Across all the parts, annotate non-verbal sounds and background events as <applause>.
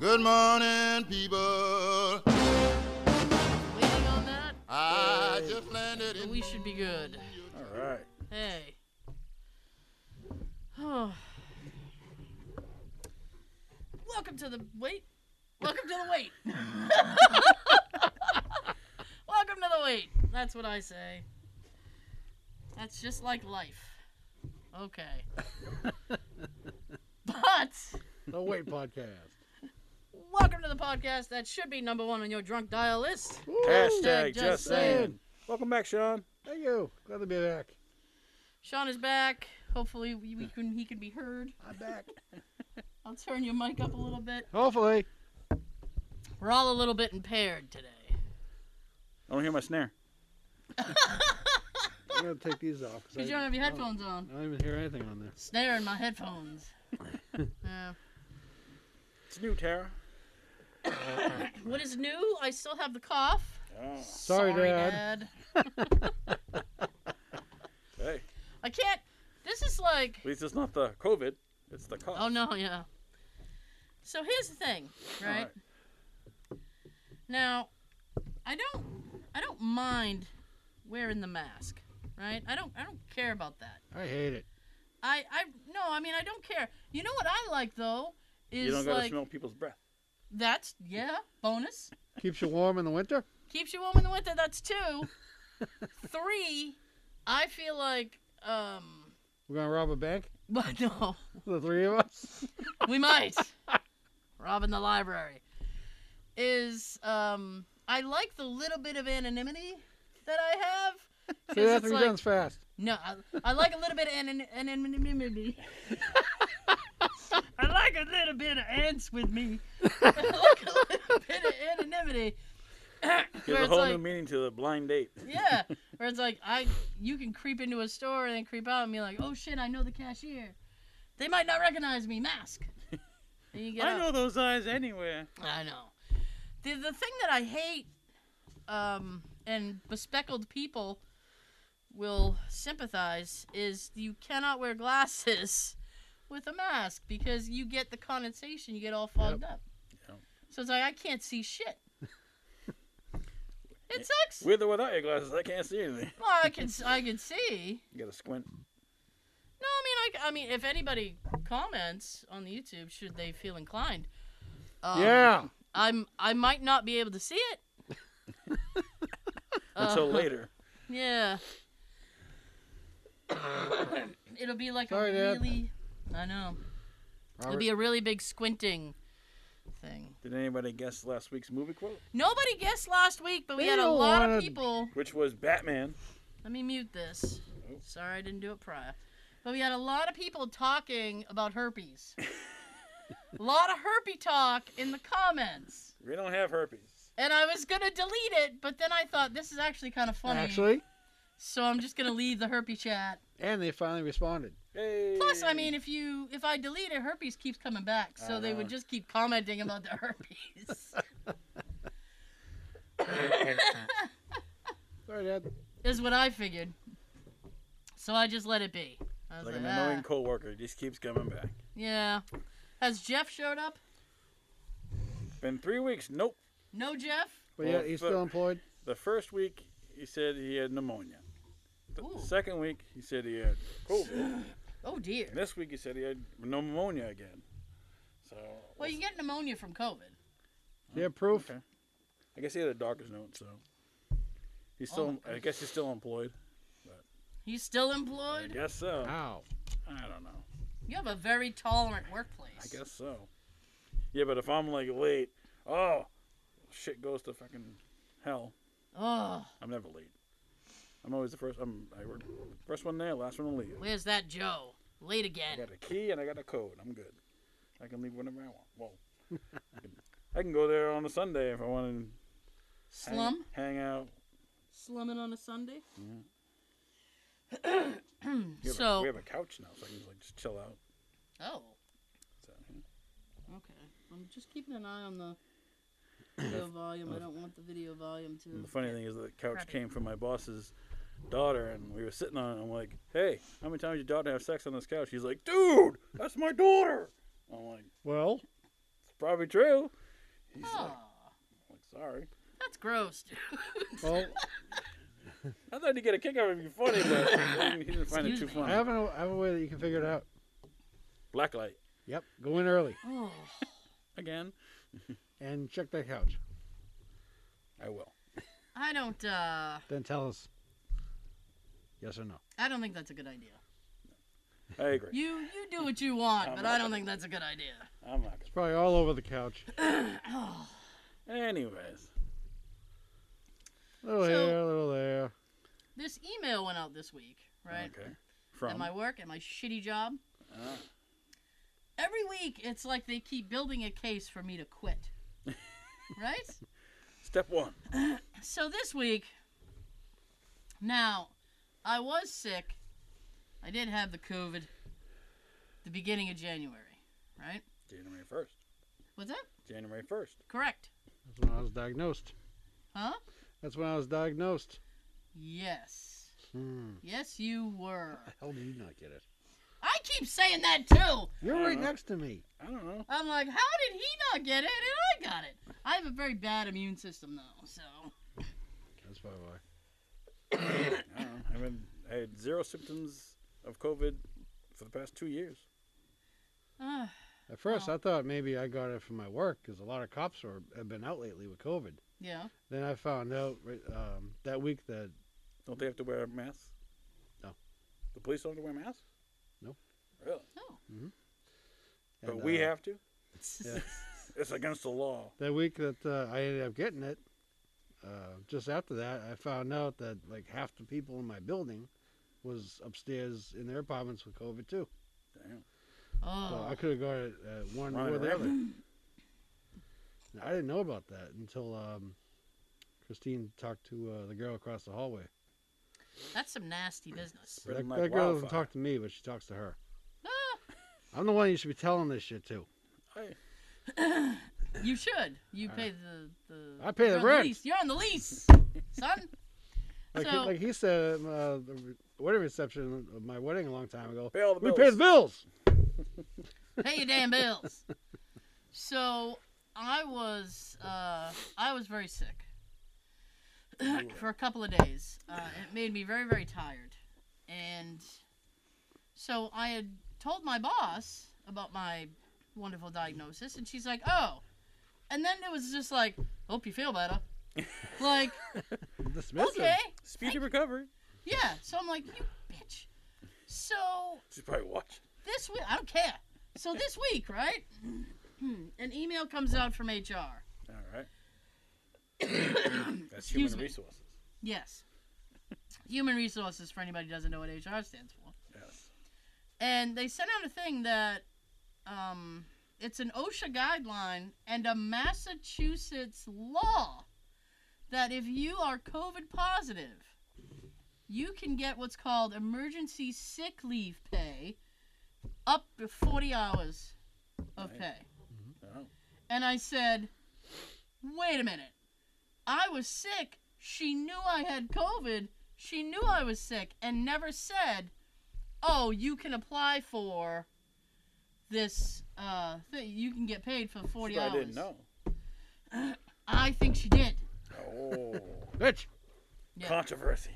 morning, people. Waiting on that, I just landed but in. we should be good. All right. Hey. <sighs> Oh. Welcome to the wait. Welcome to the wait. <laughs> Welcome to the wait. That's what I say. That's just like life. Okay. but No wait podcast. welcome to the podcast that should be number one on your drunk dial list. Hashtag just just saying. saying. Welcome back, Sean. Thank you. Glad to be back. Sean is back. Hopefully, we, we can he can be heard. I'm back. <laughs> I'll turn your mic up a little bit. Hopefully. We're all a little bit impaired today. I don't hear my snare. I'm gonna take these off. Because you don't Oh. have your headphones on. I don't even hear anything on there. Snare in my <laughs> headphones. yeah. It's new, Tara. What is new? I still have the cough. Oh, Sorry, Dad. hey. I can't. This is like. At least it's not the COVID. It's the cough. Oh, no, yeah. So here's the thing, All right? Now, I don't. I don't mind wearing the mask, right? I don't. I don't care about that. I hate it. I. I. No, I mean I don't care. You know what I like though is You don't gotta like smell people's breath. that's yeah bonus. Keeps you warm in the winter. keeps you warm in the winter. <laughs> That's two. Three, I feel like um, <laughs> We're gonna rob a bank. <laughs> but no, The three of <laughs> us. we might robbing the library. Is um, I like the little bit of anonymity that I <laughs> have. 'cause Say that it's three like- times fast. No, I, I like a little bit of anon- anonymity. I like a little bit of ants with me. <laughs> I like a little bit of anonymity. Gives Where a it's whole like- new meaning to the blind date. Yeah, where it's like I, you can creep into a store and then creep out and be like, oh shit, I know the cashier. They might not recognize me. Mask. And you get I out. know those eyes anywhere. I know. The the thing that I hate, um, and bespeckled people will sympathize is you cannot wear glasses <laughs> with a mask because you get the condensation, you get all fogged up. Yep. So it's like I can't <laughs> see shit. it sucks. With or without your glasses, I can't see anything. Well, I can I can see. You gotta squint. No, I mean, I, I mean, if anybody comments on the YouTube, should they feel inclined? Um, yeah. I'm. I might not be able to see it Until Uh, later. <coughs> Yeah. It'll be like Sorry, a Dad. really. I know. It'll Robert- be a really big squinting thing. Did anybody guess last week's movie quote? Nobody guessed last week, but we We had a don't lot of wanna- people. Which was Batman. Let me mute this. Sorry, I didn't do it prior. But we had a lot of people talking about <laughs> herpes. a lot of herpy talk in the comments. We don't have herpes. And I was going to delete it, but then I thought this is actually kind of funny. Actually, So I'm just going to leave the herpy chat. and they finally responded. Hey. Plus, I mean, if you if I delete it, herpes keeps coming back. So I they know. would just keep commenting about the herpes. <laughs> Sorry, Dad. is what I figured. So I just let it be. I was like like, an "Ah, annoying coworker, it just keeps coming back. yeah. Has Jeff showed up? Been three weeks. Nope. No, Jeff. But Well, yeah, he's but- still employed. The first week, he said he had pneumonia. The Ooh. second week, he said he had COVID. Oh dear. and this week, he said he had pneumonia again. So Well, you get pneumonia from COVID. Yeah, proof. Okay. I guess he had a doctor's note. So he's Oh still. I guess he's still employed. He's still I employed. guess so. Wow. I don't know. You have a very tolerant workplace. I guess so. Yeah, but if I'm like late, oh, shit goes to fucking hell. Oh, I'm never late. I'm always the first. I'm I work first one there, last one to leave. where's that Joe? Late I again. got a key and I got a code. I'm good. I can leave whenever I want. Whoa. I can- I can go there on a Sunday if I want to hang, Slum. hang out. Slumming on a Sunday. Mm-hmm. <clears throat> We have, So- a, we have a couch now, so I can like just chill out. Oh. So, Okay. I'm just keeping an eye on the video volume. I don't want the video volume and to. the funny thing is, that the couch Crappy. came from my boss's daughter, and we were sitting on it. I'm like, "Hey, how many times did your daughter have sex on this couch?" She's like, "Dude, that's my daughter." I'm like, Well, "It's probably true." He's Oh, like, like, sorry. that's gross, dude. <sighs> Well, I thought he'd get a kick out of it. It'd be funny, but he didn't- he didn't find it Excuse too me. I funny. have, an, I have a way that you can figure it out. Blacklight Yep. Go in early Oh, again. and check that couch. I will. I don't. Uh, Then tell us yes or no. I don't think that's a good idea. I agree. You you do what you want, I'm but not I don't gonna- think that's a good idea. <sighs> I'm not It's probably all over the couch. Oh, gonna. Anyways, little So- here, a little there. this email went out this week, right? Okay. At From my work, at my shitty job. Ah. Every week, it's like they keep building a case for me <laughs> to quit. right? step one. So this week, now, I was sick. I did have the COVID the beginning of January, right? January first. What's that? January first. Correct. That's when I was diagnosed. Huh? That's when I was diagnosed. Yes. Hmm. Yes, you were. How did you not get it? I keep saying that too. You're I right don't know. next to me. I don't know. I'm like, how did he not get it and I got it? I have a very bad immune system though, so That's probably why. I don't know. I, mean, I had zero symptoms of COVID for the past two years. uh, At first, Oh. I thought maybe I got it from my work because a lot of cops were, have been out lately with COVID. yeah. Then I found out right, um, that week that Don't they have to wear masks? No. The police don't have to wear masks. No. Really? Oh. But and, we uh, have to. It's against the law. that week that uh, I ended up getting it. Uh, just after that, I found out that like half the people in my building was upstairs in their apartments with COVID too. Damn. <laughs> So oh. I could have got it uh, one Running or <laughs> the other. rampant. And I didn't know about that until um, Christine talked to uh, the girl across the hallway. That's some nasty business. That, Spreading like that girl wildfire. doesn't talk to me, but she talks to her. Ah, I'm the one you should be telling this shit to. I- you should. You pay the, the I pay the you're on rent. lease. You're on the <laughs> lease, son. Like, he, So- like he said, um, uh, the re- wedding reception of my wedding a long time ago. Pay all the we bills. pay the bills. pay your damn <laughs> bills. So I was uh, I was very sick for a couple of days. Uh, it made me very very tired, and so I had told my boss about my wonderful diagnosis, and she's like, "Oh," and then it was just like, "Hope you feel <laughs> better." like, Dismissive. okay, Speedy recovery. yeah. So I'm like, "You bitch." So She's probably watching. this week, I don't care. So this week, right? Hmm, An email comes out from HR. All <coughs> right. That's Excuse human me. resources. Yes. Human resources, for anybody who doesn't know what HR stands for. Yes. And they sent out a thing that um, it's an OSHA guideline and a Massachusetts law that if you are COVID positive, you can get what's called emergency sick leave pay up to 40 hours of Right. pay. Oh. And I said, wait a minute. I was sick. She knew I had COVID. She knew I was sick and never said, oh, you can apply for this uh, thing. You can get paid for 40 She hours. probably didn't know. I think she did. <laughs> Oh. Bitch. Yeah. Controversy.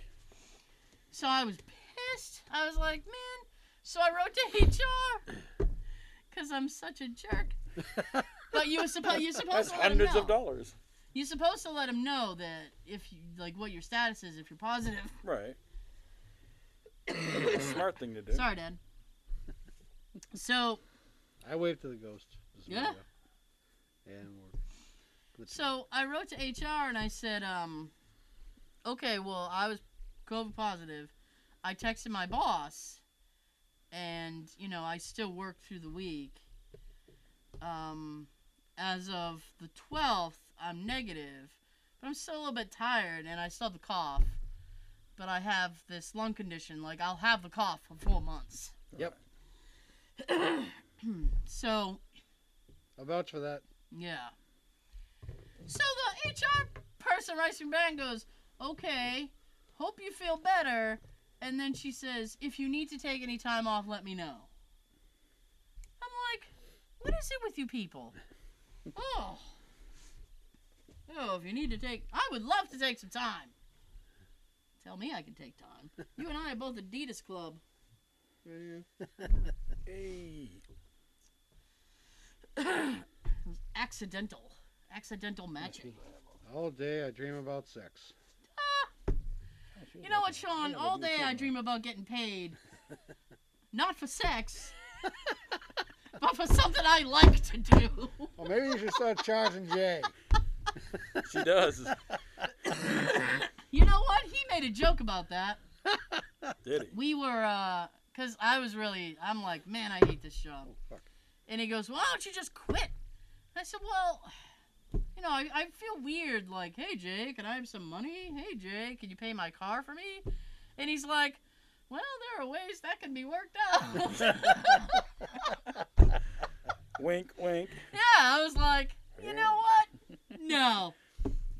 So I was pissed. I was like, man. So I wrote to HR <clears throat> because I'm such a jerk. but you were supposed you're That's supposed to let 'em hundreds know. of dollars. You're supposed to let them know that if you like what your status is if you're positive. Right. That's a smart thing to do. Sorry, Dad. So I waved to the ghost. This Yeah. morning. And we're good to go. so I wrote to HR and I said, um, okay, well I was COVID positive. I texted my boss, and you know I still worked through the week. Um, as of the twelfth, I'm negative, but I'm still a little bit tired and I still have the cough. But I have this lung condition. Like I'll have the cough for four months. Yep. <clears throat> So I vouch for that. Yeah. So the HR person writes me back and goes, "Okay, hope you feel better." And then she says, "If you need to take any time off, let me know." I'm like, "What is it with you people?" Oh. Oh, if you need to take, I would love to take some time. Tell me I can take time. You and I are both Adidas Club. Hey. Accidental. Accidental matching. All day I dream about sex. You know what, Sean? All day I dream about getting paid. Not for sex, <laughs> but for something I like to do. <laughs> Well, maybe you should start charging Jay. She does. You know what? He made a joke about that. Did <laughs> he? We were, uh, cause I was really, I'm like, man, I hate this job. fuck. And he goes, why don't you just quit? I said, well, you know, I, I feel weird. Like, hey, Jay, can I have some money? Hey, Jay, can you pay my car for me? And he's like, well, there are ways that can be worked <laughs> out. Wink, wink. Yeah, I was like, you know <laughs> what? No.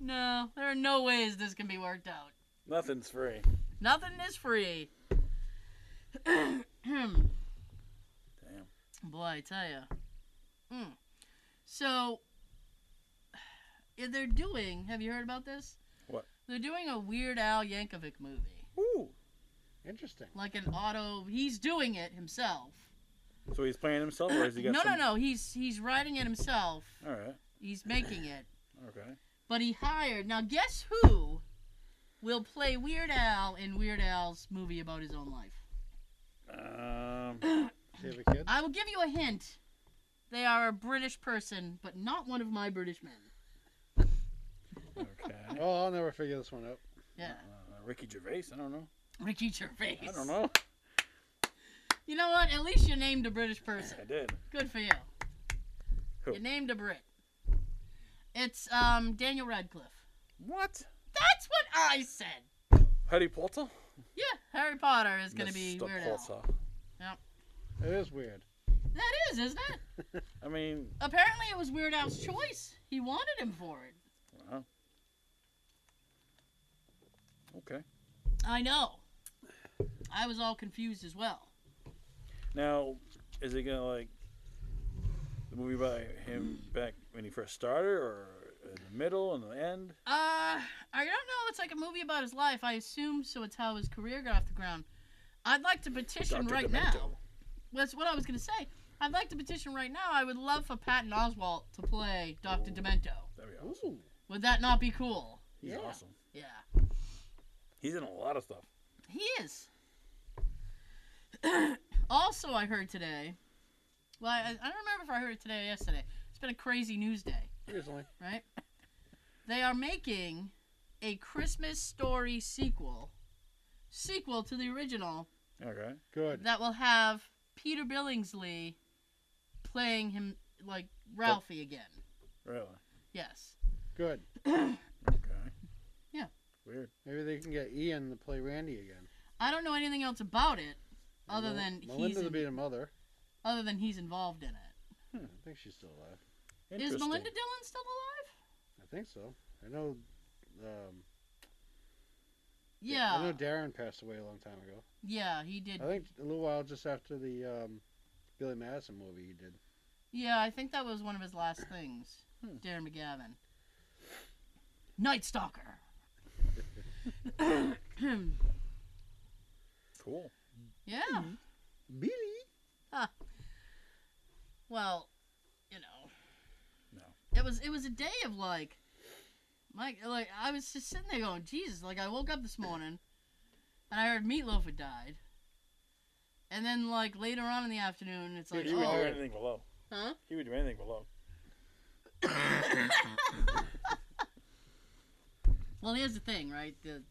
No, there are no ways this can be worked out. Nothing's free. Nothing is free. Damn. Boy, I tell you. Mm. So, <sighs> eh, they're doing, have you heard about this? What? They're doing a Weird Al Yankovic movie. Ooh. Interesting. Like an auto, he's doing it himself. So he's playing himself, or has he No, got no, some... no, he's he's writing it himself. no. All right. He's making it. Okay. But he hired. Now, guess who will play Weird Al in Weird Al's movie about his own life? Um. Save a kid. I will give you a hint. They are a British person, but not one of my British men. Okay. Well, Oh, I'll never figure this one out. Yeah. Uh, Ricky Gervais. I don't know. Ricky Gervais. I don't know. You know what? At least you named a British person. I did. Good for you. Who? You named a Brit. It's um Daniel Radcliffe. What? That's what I said. Harry Potter. Yeah, Harry Potter is gonna be Mr. Weird Al. Potter. It is weird. That is, isn't it? I mean, Apparently, it was Weird Al's choice. He wanted him for it. wow. Okay. I know. I was all confused as well. Now, is it gonna like the movie about him back when he first started, or in the middle and the end? Uh, I don't know. It's like a movie about his life. I assume so. It's how his career got off the ground. I'd like to petition Dr. right now. Demento. That's what I was gonna say. I'd like to petition right now. I would love for Patton Oswalt to play Doctor Oh. Demento. That'd be awesome. Ooh. Would that not be cool? He's Yeah. awesome. Yeah, He's in a lot of stuff. he is. <coughs> also, I heard today. Well, I, I don't remember if I heard it today or yesterday. It's been a crazy news day. Recently. right? They are making a Christmas Story sequel, sequel to the original Okay. Good. that will have Peter Billingsley playing him like Ralphie again. Really. Yes. Good. Okay. Yeah. Weird. Maybe they can get Ian to play Randy again. I don't know anything else about it other Mel- than he's Melinda to in- be the mother. other than he's involved in it. Hmm. I think she's still alive. Is Interesting. Melinda Dillon still alive? I think so. I know. Um, Yeah. I know Darren passed away a long time ago. yeah, he did. I think a little while just after the um, Billy Madison movie he did. Yeah, I think that was one of his last things. Hmm. Darren McGavin. Night Stalker. <coughs> Cool. yeah. Billy. Well, you know. No. It was it was a day of like Mike like I was just sitting there going, Jesus, like I woke up this morning and I heard Meatloaf had died. And then like later on in the afternoon it's like He you would do oh, heard- anything below. huh? He would do anything below. <laughs> Well here's the thing, right? The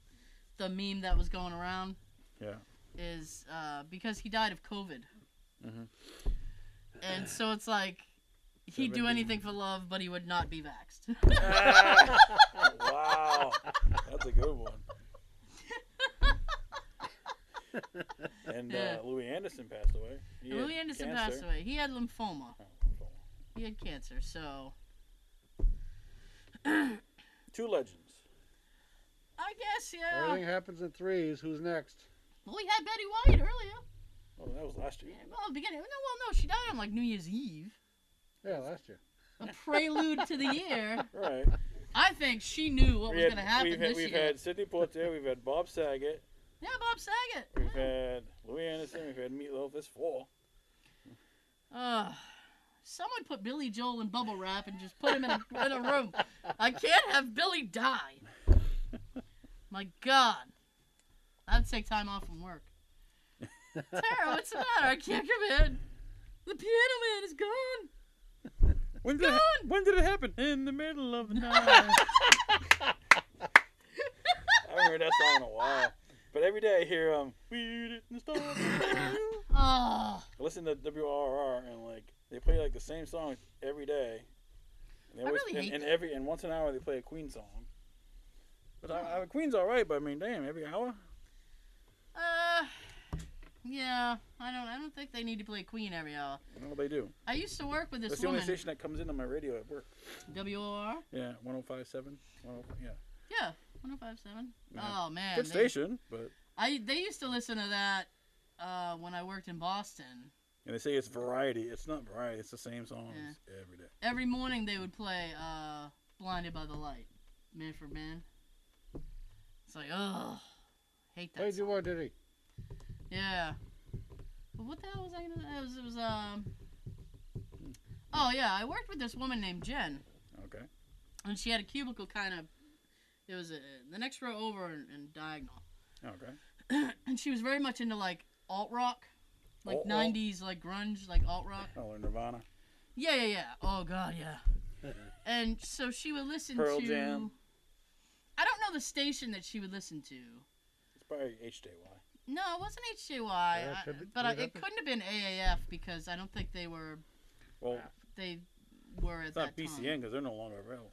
the meme that was going around Yeah. is uh, because he died of COVID. Mhm. And so it's like he'd do Seventy. anything for love, but he would not be vaxxed. Ah! wow. That's a good one. And Yeah. uh, Louis Anderson passed away. He had <laughs> Louis Anderson cancer. passed away. He had lymphoma. Oh, He had cancer, so Two legends. I guess yeah. Everything happens in threes. Who's next? Well, we had Betty White earlier. Oh, that was last year. Yeah, well, beginning. No, well, no, she died on like New Year's Eve, <laughs> Yeah, last year. a prelude to the year. Right. I think she knew what we was had, going to happen we've, had- this we've year. had Sidney Poitier, we've had Bob Saget, yeah, Bob Saget. we've had Louis Anderson, we've had Meatloaf. This four. Uh, someone put Billy Joel in bubble wrap and just put him in a, in a room. I can't have Billy die. My God. I'd take time off <laughs> from work. Tara, what's the matter? I can't come in. The piano man is gone. When did, it, ha- when did it happen? In the middle <laughs> of the night. I haven't heard that song in a while. But every day I hear, um, we didn't stop. I Oh, listen to WRR and, like, they play, like, the same song every day. And, they I always, really and, hate and every and once an hour they play a Queen song. But I, I, Queen's alright, but I mean, damn, every hour? uh, yeah. I don't. I don't think they need to play Queen every hour. I know they do. I used to work with this That's the woman. only station that comes in on my radio at work. WOR. Yeah, 1057. 105, oh, yeah. Yeah, 1057. Yeah. Oh man. Mm-hmm. Good they- station, but. I they used to listen to that uh, when I worked in Boston. And they say it's variety. It's not variety. It's the same songs every day. Every morning they would play uh, "Blinded by the Light," Man for Man. It's like, ugh, hate Play that. Song. Duvar Diddy. Yeah. But what the hell was I gonna? It was, it was um. Oh yeah, I worked with this woman named Jen, Okay. and she had a cubicle kind of. It was uh the next row over and, and diagonal, <coughs> Okay. and she was very much into like alt rock, like Alt rock? '90s like grunge, like alt rock. Oh, and Nirvana. Yeah, yeah, yeah. Oh God, yeah. <laughs> and so she would listen Pearl to. Jam. I don't know the station that she would listen to. It's probably HJY. No, it wasn't HJY, Yeah, I- could be- but I, could it happen. couldn't have been AAF because I don't think they were Well, they were at it's not that BCN time. because they're no longer available.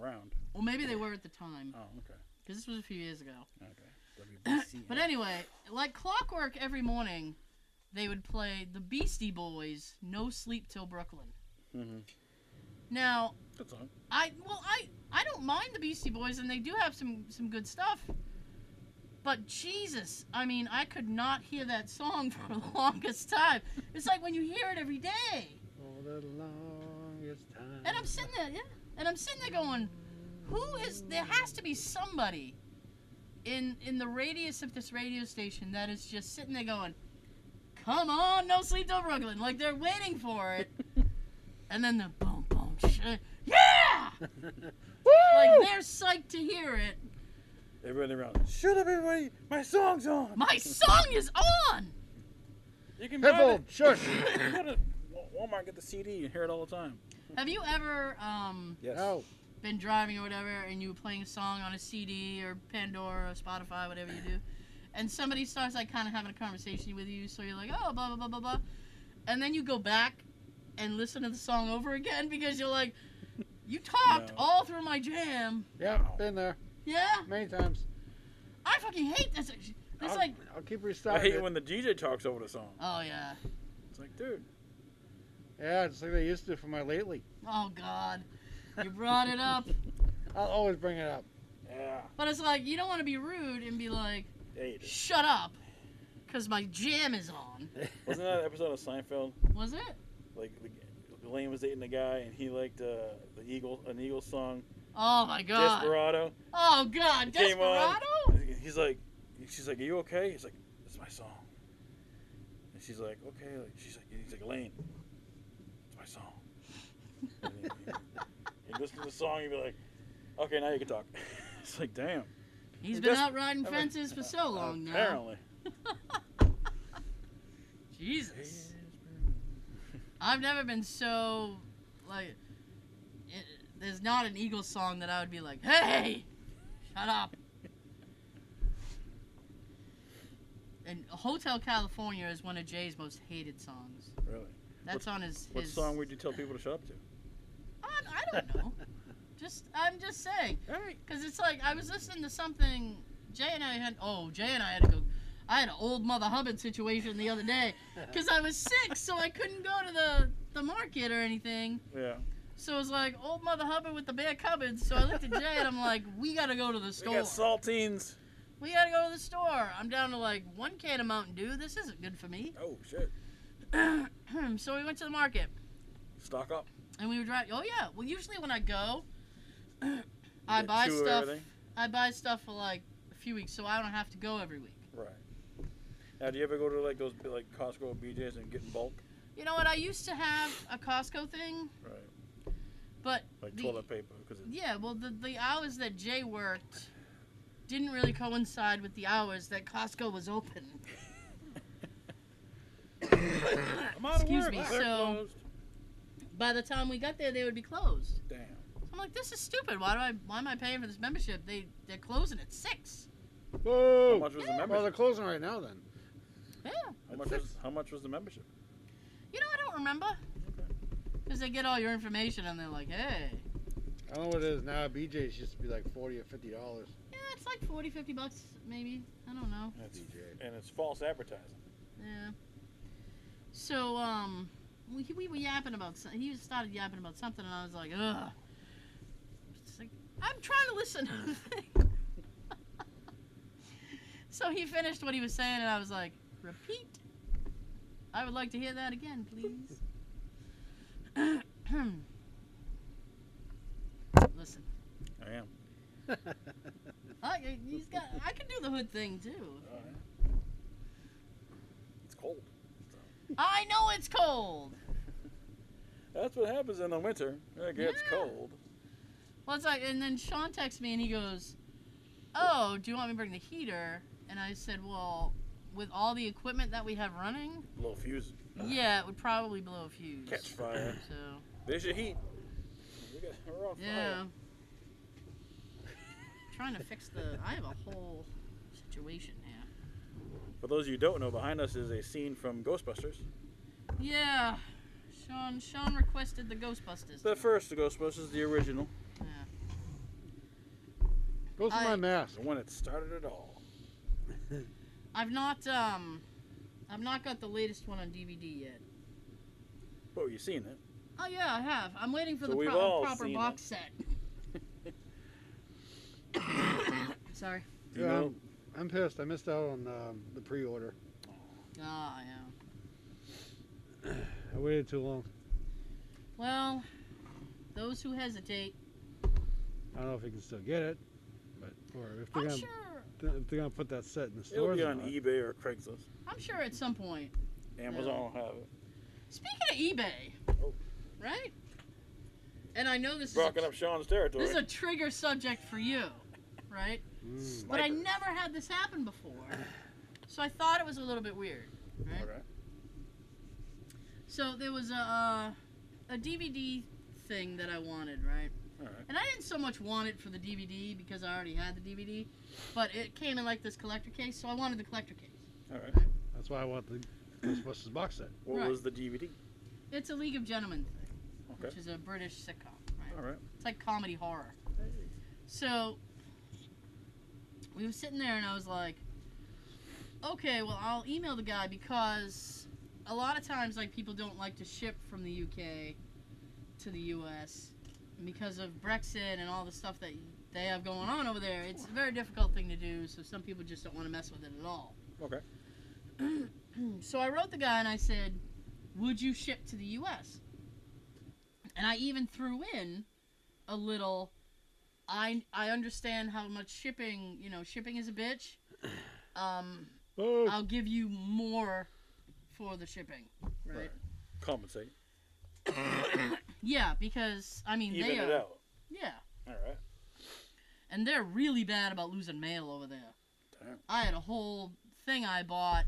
Around. Well, maybe they were at the time Oh, okay. because this was a few years ago. Okay. WBCN. <coughs> But anyway, like clockwork, every morning they would play the Beastie Boys' "No Sleep Till Brooklyn." Mhm. Now, Good song. I well, I I don't mind the Beastie Boys, and they do have some some good stuff. But Jesus, I mean, I could not hear that song <laughs> for the longest time. It's like when you hear it every day, For the longest time. and I'm sitting there, yeah, and I'm sitting there going, who is? There has to be somebody in in the radius of this radio station that is just sitting there going, "Come on, no sleep till Brooklyn," like they're waiting for it, and then the boom boom, sh- yeah. Like they're psyched to hear it. Everybody around. Shut up, everybody. My song's on. My song is on. You can buy Pitbull, it. shush! You can go to Walmart, get the CD, and hear it all the time. Have you ever um, Yes. No. been driving or whatever, and you were playing a song on a CD or Pandora or Spotify, whatever you do, and somebody starts like kind of having a conversation with you, so you're like, oh, blah blah blah blah blah, and then you go back and listen to the song over again <laughs> because you're like, you talked No. all through my jam. Yeah, been there Yeah, many times. I fucking hate this. It's I'll, like, I'll keep I restarting. hate it. when the DJ talks over the song. oh yeah, It's like, dude. Yeah, it's like they used to for my lately. oh god, you brought it up. I'll always bring it up. Yeah. But it's like you don't want to be rude and be like, Yeah, you do. "Shut up," because my jam is on. <laughs> Wasn't that an episode of Seinfeld? Was it? Like, the, Lane was dating the guy, and he liked uh, the Eagle, an Eagle song, Oh my god. Desperado. Oh god, Came on. Desperado. He's like, she's like, are you okay? He's like, it's my song. And she's like, okay. Like, she's like, he's like, Elaine, it's my song. And then you, you listen to the song, you be like, okay, now you can talk. <laughs> it's like, damn. He's Des- been out riding I mean, fences for so long now. Apparently. <laughs> Jesus, I've never been so like. It, there's not an Eagles song that I would be like, "Hey, shut up." And Hotel California is one of Jay's most hated songs. Really. That's on his. What his... song would you tell people to shut up to? I'm, I <laughs> don't know. just I'm just saying, All right. cause it's like I was listening to something. Jay and I had oh Jay and I had to go. I had an old Mother Hubbard situation the <laughs> other day, cause I was sick, so I couldn't go to the the market or anything. Yeah. So it was like old Mother Hubbard with the bare cupboards. So I looked at Jay and I'm like, we gotta go to the We store. got saltines. we gotta go to the store. I'm down to like one can of Mountain Dew. This isn't good for me. <clears throat> Oh shit. so we went to the market. Stock up. And we were driving. Oh yeah. Well, usually when I go, <clears throat> I get buy two of stuff. everything? I buy stuff for like a few weeks, so I don't have to go every week. Right. Now, do you ever go to like those like Costco or BJ's and get in bulk? You know what? I used to have a Costco thing, Right. but Like The- toilet paper because it's yeah, well, the, the hours that Jay worked didn't really coincide with the hours that Costco was open. I'm out of Excuse work. me, They're so- closed. By the time we got there, they would be closed. Damn. I'm like, this is stupid. Why do I? Why am I paying for this membership? They they're closing at six. How Whoa! much was the Well, they're membership? closing right now then. Yeah. How much was, how much was the membership? You know, I don't remember. Because they get all your information and they're like, hey, I don't know what it is now. BJ's used to be like forty or fifty dollars. yeah, it's like 40, 50 bucks maybe. I don't know. That's, BJ. and it's false advertising. Yeah. So um, we, we were yapping about some- he started yapping about something and I was like, ugh. It's like, I'm trying to listen. <laughs> so he finished what he was saying and I was like, repeat. I would like to hear that again, please. <clears throat> listen, I am. I, he's got. I can do the hood thing too. Uh, it's cold. I know it's cold. That's what happens in the winter. It gets Yeah. cold. Well, it's like, and then Sean texts me and he goes, "Oh, do you want me to bring the heater?" And I said, "Well, with all the equipment that we have running, Low fuse. yeah, it would probably blow a fuse." Catch fire. So There's your heat. We got- We're on fire. yeah, trying to fix the. I have a whole situation here. For those of you who don't know, behind us is a scene from Ghostbusters. Yeah, Sean. Sean requested the Ghostbusters. The first Ghostbusters, the original, Yeah. Go through my I- mask. the one that started it all. I've not um, I've not got the latest one on DVD yet. But you seen it. Oh yeah, I have. I'm waiting for So the we've pro- all proper seen box <laughs> set. Sorry. Do you Yeah, know? I'm, I'm pissed. I missed out on um, the pre-order. Ah, yeah. I waited too long. Well, those who hesitate, I don't know if you can still get it, but or if they're I'm gonna sure. th- if they're gonna put that set in the It'll stores. be or on E- not. eBay or Craigslist. I'm sure at some point. Amazon will have it. Speaking of eBay, Oh. right? And I know this Rocking is a, up Sean's territory. this is a trigger subject for you, right? Mm. But I Sniper. never had this happen before, so I thought it was a little bit weird. Right? Alright. So there was a uh, a DVD thing that I wanted, right? Alright. And I didn't so much want it for the DVD because I already had the DVD, but it came in like this collector case, so I wanted the collector case. Alright. That's why I want the Ghostbusters box set. What Right. was the DVD? It's a League of Gentlemen thing, Okay. which is a British sitcom, right? Alright. It's like comedy horror. So we were sitting there, and I was like, okay, well, I'll email the guy because a lot of times, like, people don't like to ship from the UK to the US because of Brexit and all the stuff that they have going on over there. It's a very difficult thing to do, so some people just don't want to mess with it at all. Okay. <clears throat> so I wrote the guy, and I said, would you ship to the US? And I even threw in a little. I I understand how much shipping, you know, shipping is a bitch. Um, Oh, I'll give you more for the shipping, right? Right. Compensate. Yeah, because I mean Even they it are, out. yeah, Alright. and they're really bad about losing mail over there. Damn. I had a whole thing I bought,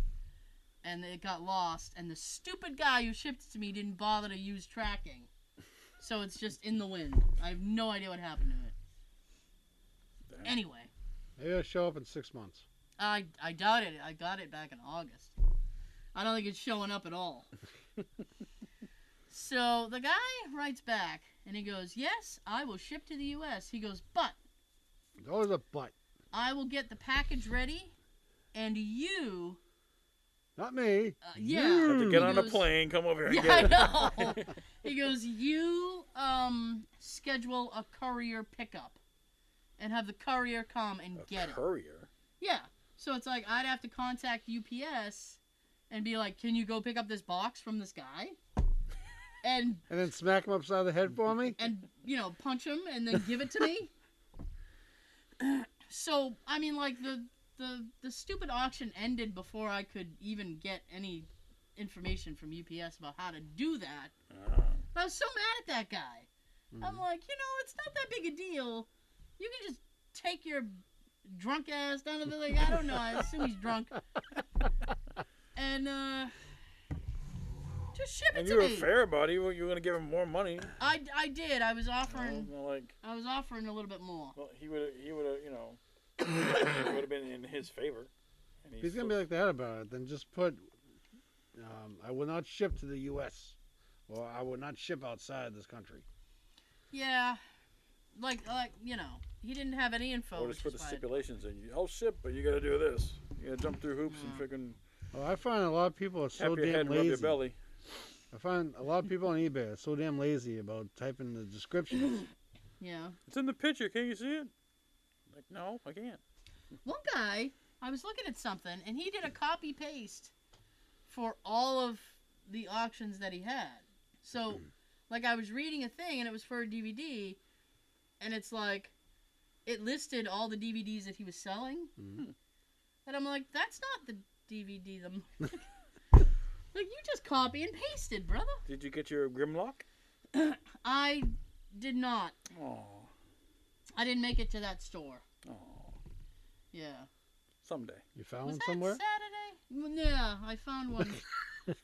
and it got lost, and the stupid guy who shipped it to me didn't bother to use tracking, so it's just in the wind. I have no idea what happened to it. Damn. Anyway. maybe it'll show up in six months. I I doubt it. I got it back in August. I don't think it's showing up at all. so the guy writes back and he goes, "Yes, I will ship to the U.S." He goes, "But It's always a butt. I will get the package ready, and you, Not me. uh, yeah, You Have to get He on a goes- plane, come over here and get it. <laughs> yeah, I know." he goes, "You um schedule a courier pickup, and have the courier come and A get it." courier. Yeah. So it's like I'd have to contact UPS and be like, "Can you go pick up this box from this guy?" And And then smack him upside the head for me. <laughs> and you know punch him and then give it to me. so I mean, like the the the stupid auction ended before I could even get any information from UPS about how to do that. Ah, I was so mad at that guy. I'm Mm-hmm. Mhm. like, you know, it's not that big a deal. You can just take your drunk ass down to the lake. I don't know. I assume he's <laughs> drunk. And uh, just ship it and to you were me. fair about it. You were you were gonna give him more money. I, I did. I was Well, offering. like, I was offering a little bit more. well, he would he would have you know <coughs> it would have been in his favor. And he If he's gonna be still- like that about it, then just put, um, "I will not ship to the U.S." or "I will not ship outside this country." Yeah, like like you know, he didn't have any info. Or which just put the is why I- stipulations in. You- I'll ship, but you gotta do this. You gotta jump through hoops Yeah. and freaking Well, I find a lot of people are so tap your head damn and rub your lazy. belly. I find a lot of people on eBay are so damn lazy about typing the descriptions. Yeah. It's in the picture. Can't you see it? Like, no, I can't. One guy, I was looking at something, and he did a copy paste for all of the auctions that he had. <clears throat> So, like, I was reading a thing, and it was for a DVD, and it's like, it listed all the DVDs that he was selling, Mhm. <laughs> and I'm like, that's not the DVD. The <laughs> like, you just copy and pasted, brother. Did you get your Grimlock? I did not. Oh, I didn't make it to that store. oh. Yeah. Someday. you found Was one that somewhere? Saturday? Mm, Yeah, I found one.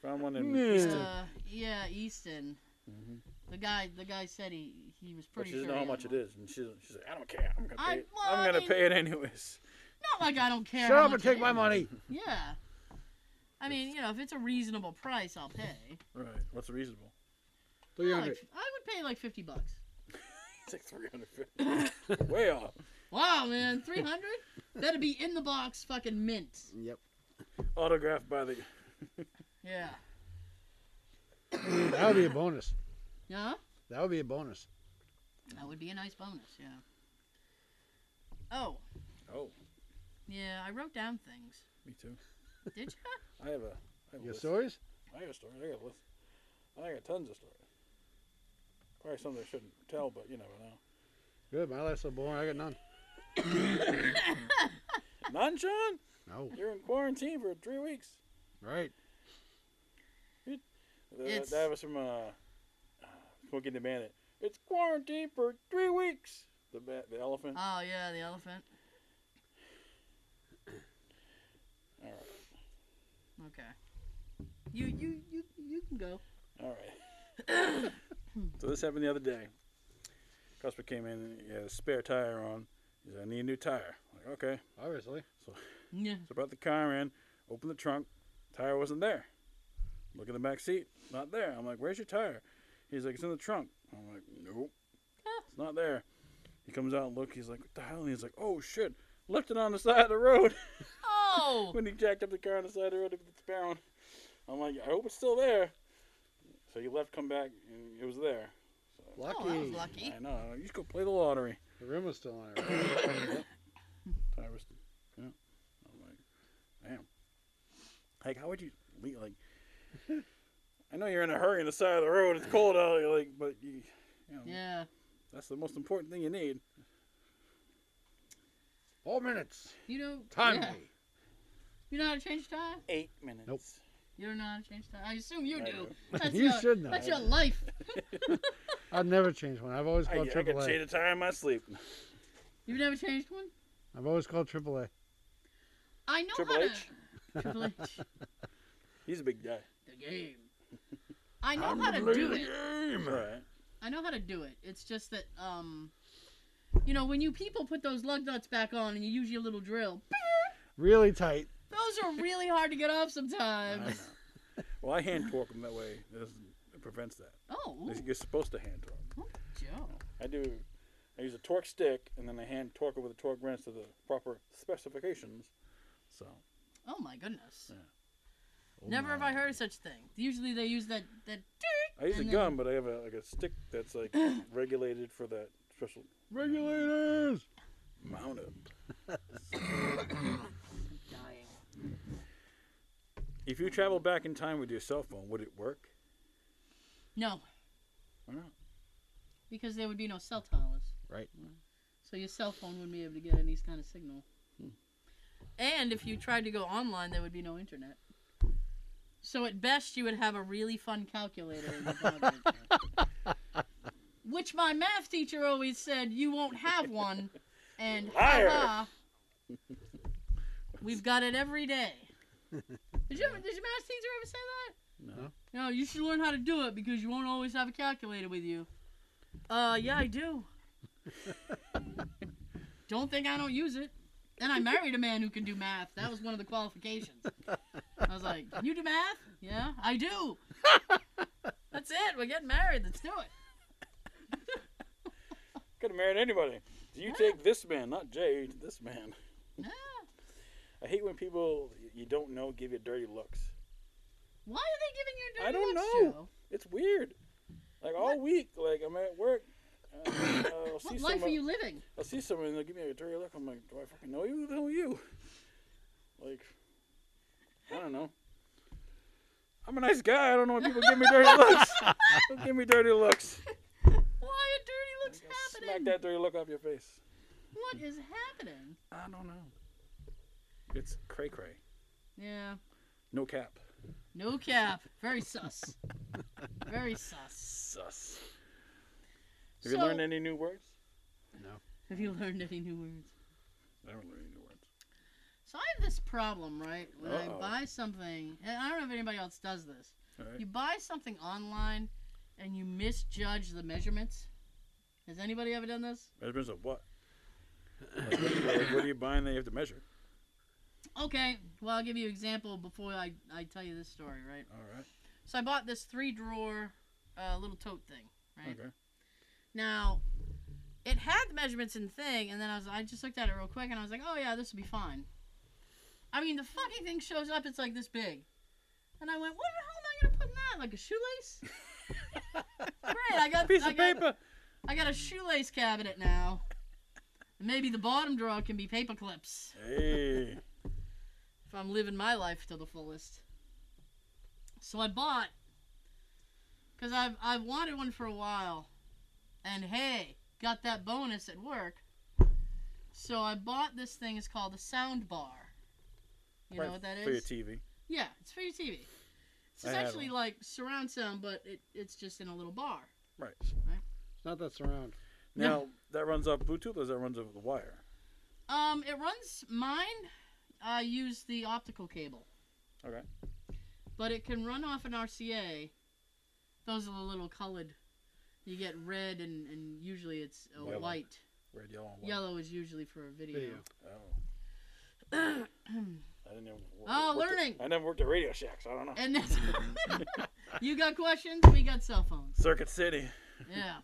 Found one in Yeah. Easton. uh, yeah, Easton. Mhm. The guy, the guy said he he was But pretty she sure. doesn't know how much it is, and she's, she's like, I don't care. I'm gonna pay. I- it. well, I I'm gonna mean- pay it anyways. <laughs> Not like I don't care. Shut how up much and it take my is. money. Yeah. I mean, you know, if it's a reasonable price, I'll pay. Right. What's reasonable? Three I hundred. like- I would pay like fifty bucks. It's like 350. <laughs> Way off. Wow, <laughs> man, three hundred? That'd be in the box, fucking mint. Yep. Autographed by the. Yeah. That would be a bonus. Yeah. That would be a bonus. That would be a nice bonus. Yeah. Oh, Oh, yeah. I wrote down things. me too. Did you? I have a. I have a Your list. stories? I got stories. I got a list. I got tons of stories. Probably some that I shouldn't tell, but you never <laughs> know. Good. My life's so boring. I got none. None, Sean. No. You're in quarantine for three weeks. Right. That, It's- that was from uh, Smokey the Bandit. It's quarantine for three weeks. The ba- the elephant. Oh yeah, the elephant. All Okay. You you you you can go. All right. <coughs> so this happened the other day. Customer came in and he had a spare tire on. He said, "I need a new tire." I'm like, okay. Obviously. Yeah. So I brought the car in, opened the trunk, tire wasn't there. Look in the back seat, not there. I'm like, where's your tire? He's like, it's in the trunk. I'm like, nope, it's not there. He comes out and look. He's like, what the hell? And he's like, oh shit, left it on the side of the road. <laughs> Oh. when he jacked up the car on the side of the road to put the spare on. I'm like, I hope it's still there. So he left, come back, and it was there. Lucky. Oh, that was lucky. I know. I'm like, You just go play the lottery. The rim was still on it. right? Tire was, yeah. I'm like, damn. Like, how would you leave? <laughs> Like, I know you're in a hurry on the side of the road. It's cold out. You're like, but you, you know, Yeah. that's the most important thing you need. Four minutes. You know. Time. yeah. You know how to change time? Eight minutes. Nope. You don't know how to change time. I assume you I do. do. That's You your, should know. That's your life. I'd never change one. I've always I, I called can triple A. change the tire in my sleep. You've never changed one. I've always called triple A. I know Triple how H. to. Triple H. He's a big guy. The game. I know how to do it. All right. I know how to do it. It's just that um, you know, when you people put those lug nuts back on and you use your little drill, Really tight. those are really hard to get off sometimes. I know. <laughs> Well, I hand torque them that way. It, doesn't- it prevents that. Oh, ooh, You're supposed to hand torque. Joe. I do. I use a torque stick, and then I hand torque it with a torque wrench to the proper specifications. So Oh my goodness. Yeah. Oh Never have my. I heard of such thing. Usually they use that that I use a And then- gun, but I have a, like a stick that's <coughs> like regulated for that special Regulators. mount up. dying. If you travel back in time with your cell phone, would it work? No, Why not? because there would be no cell towers. Right. So your cell phone wouldn't be able to get any kind of signal. And if you tried to go online, there would be no internet. So at best, you would have a really fun calculator. In your pocket. Which my math teacher always said, you won't have one. And Liar. ha we've got it every day. Did, you ever, did your math teacher ever say that? No. No, you should learn how to do it because you won't always have a calculator with you. Uh, yeah, I do. don't think I don't use it. And I married a man who can do math. That was one of the qualifications. I was like, "Can you do math? Yeah, <laughs> I do." That's it. We're getting married. Let's do it. Could have married anybody. Do you take this man, not Jay, to this man? Yeah. I hate when people y- you don't know give you dirty looks. Why are they giving you a dirty I don't looks, know. Joe? It's weird. Like all week, like I'm at work. Uh, I'll see What life are someone- you living? I see someone and they'll give me a dirty look. I'm like, do I fucking know you? Who the hell are you? Like, I don't know. I'm a nice guy. I don't know why people give me <laughs> dirty looks. Don't give me dirty looks. Why are dirty looks I'll Smack happening? that dirty look off your face. What is happening? I don't know. It's cray cray. Yeah. No cap. No cap. Very sus. Very sus. Sus. Have you learned any new words? Have you learned any new words? I haven't learned any new words. So I have this problem, right? When Uh-oh. I buy something, and I don't know if anybody else does this. All right. You buy something online, and you misjudge the measurements. Has anybody ever done this? Measurements of what? Like, like, what are you buying that you have to measure? Okay. Well, I'll give you an example before I, I tell you this story, right? All right. So I bought this three drawer uh, little tote thing, right? Okay. Now, it had the measurements in the thing, and then I was I just looked at it real quick, and I was like, oh yeah, this will be fine. I mean, the fucking thing shows up; it's like this big, and I went, what the hell am I gonna put in that? Like a shoelace? <laughs> Great, I got Piece I of got- paper. I got a shoelace cabinet now. Maybe the bottom drawer can be paper clips Hey. if I'm living my life to the fullest. So I bought because I've I've wanted one for a while, and hey, got that bonus at work. So I bought this thing. It's called a sound bar. You know what that is? For your TV. Yeah, it's for your TV. It's I had essentially like surround sound, but it, it's just in a little bar. Right. It's not that surround. Now No. that runs off Bluetooth, or that runs off the wire. Um, it runs mine. I use the optical cable. Okay. But it can run off an RCA. Those are the little colored. You get red and, and usually it's a Yellow. white. Red, yellow, and white. Yellow is usually for a video. Video. Oh. I didn't even. Work, Oh, worked at- learning. I never worked at Radio Shack, so I don't know. And <laughs> that's you got questions? We got cell phones. <laughs> Circuit City. <laughs> Yeah.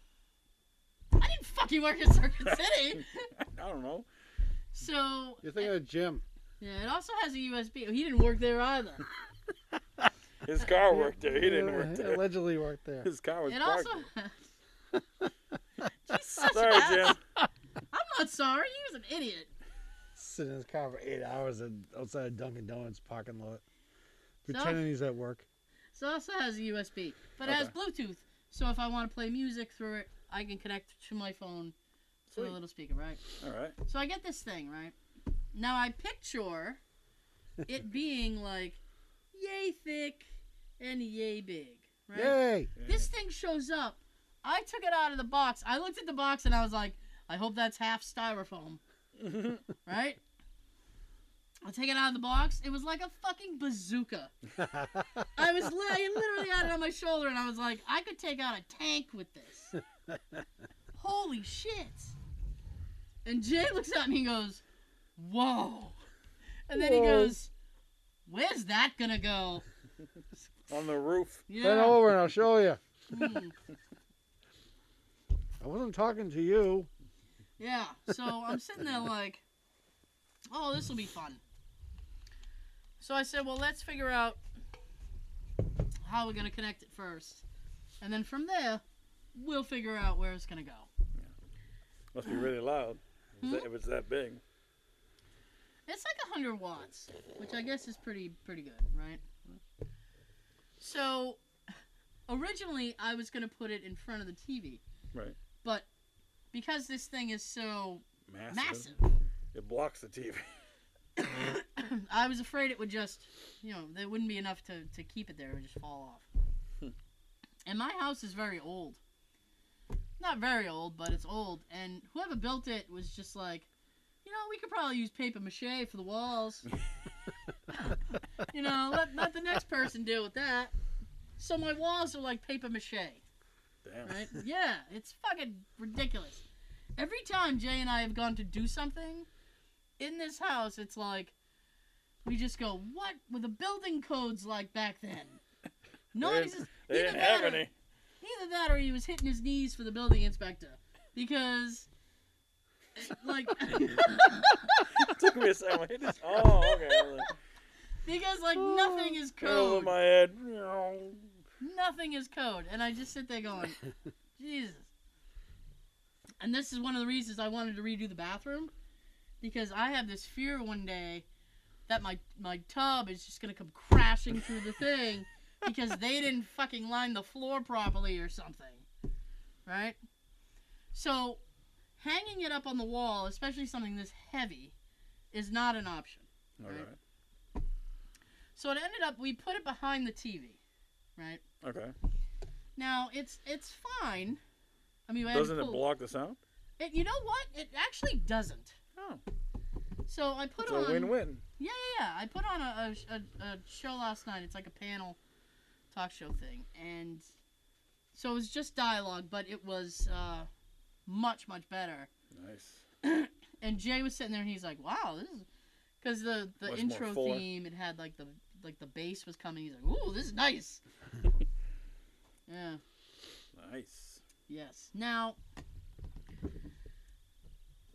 I didn't fucking work at Circuit <laughs> City. I don't know. So uh, You're thinking of Jim. yeah, it also has a USB. He didn't work there either. His car worked there. He didn't <laughs> work there. Allegedly worked <laughs> there. His car was It parked. also. <laughs> He's such there. an ass. Sorry, Jim. I'm not sorry. He was an idiot. Sitting in his car for eight hours in- outside of Dunkin' Donuts parking lot, So- pretending he's at work. So it also has a USB, but it has Okay. Bluetooth. So if I want to play music through it, I can connect to my phone to the Sweet. little speaker, right? All right. So I get this thing, right? Now I <laughs> picture it being like yay thick and yay big, right? <laughs> Yay! This thing shows up. I took it out of the box. I looked at the box and I was like, I hope that's <laughs> half styrofoam. right? I take it out of the box. It was like a fucking bazooka. I was li- I literally had it on my shoulder and I was like, I could take out a tank with this. Holy shit. And Jay looks at me and goes, Whoa. And then he Whoa. goes, Where's that gonna go? On the roof. Bend Yeah. over and I'll show you. Mm. I wasn't talking to you. Yeah. So I'm sitting there like, oh, this will be fun. So I said, well, let's figure out how we're going to connect it first. And then from there, we'll figure out where it's going to go. Must be really loud. If Hmm? that- If it's that big. It's like 100 watts, which I guess is pretty pretty good, right? So originally I was going to put it in front of the TV. Right. But because this thing is so massive. Massive. It blocks the TV. <coughs> I was afraid it would just, you know, there wouldn't be enough to, to keep it there. It would just fall off. and my house is very old. Not very old, but it's old. And whoever built it was just like, you know, we could probably use paper mache for the walls. you know, let, let the next person deal with that. So my walls are like paper mache Damn. right? yeah, it's fucking ridiculous. Every time Jay and I have gone to do something in this house, it's like we just go, "What were the building codes like back then?" Nobody's They just, didn't- They either, didn't have that or, any. either that or he was hitting his knees for the building inspector because, eh, like, <laughs> It took me a second. I hit this- Oh, okay. I was like, <laughs> because like nothing is over code. my head. nothing is code. And I just sit there going, Jesus. And this is one of the reasons I wanted to redo the bathroom because I have this fear one day that my, my tub is just going to come crashing through the thing because they didn't fucking line the floor properly or something. Right? So, hanging it up on the wall, especially something this heavy, is not an option. All right. So, it ended up we put it behind the TV. Right? Okay. Now it's it's fine. I mean, I had to Doesn't it pull- block the sound? It, you know what? It actually doesn't. Oh, So I put it's on a win-win. Yeah, yeah, yeah. I put on a, a, a, a show last night. It's like a panel talk show thing, and so it was just dialogue, but it was uh, much much better. Nice. And Jay was sitting there, and he's like, "Wow, this is." Because the, the Much more intro fuller. theme, it had like the like the bass was coming. He's like, "Ooh, this <laughs> is nice." yeah. Nice. Yes. Now,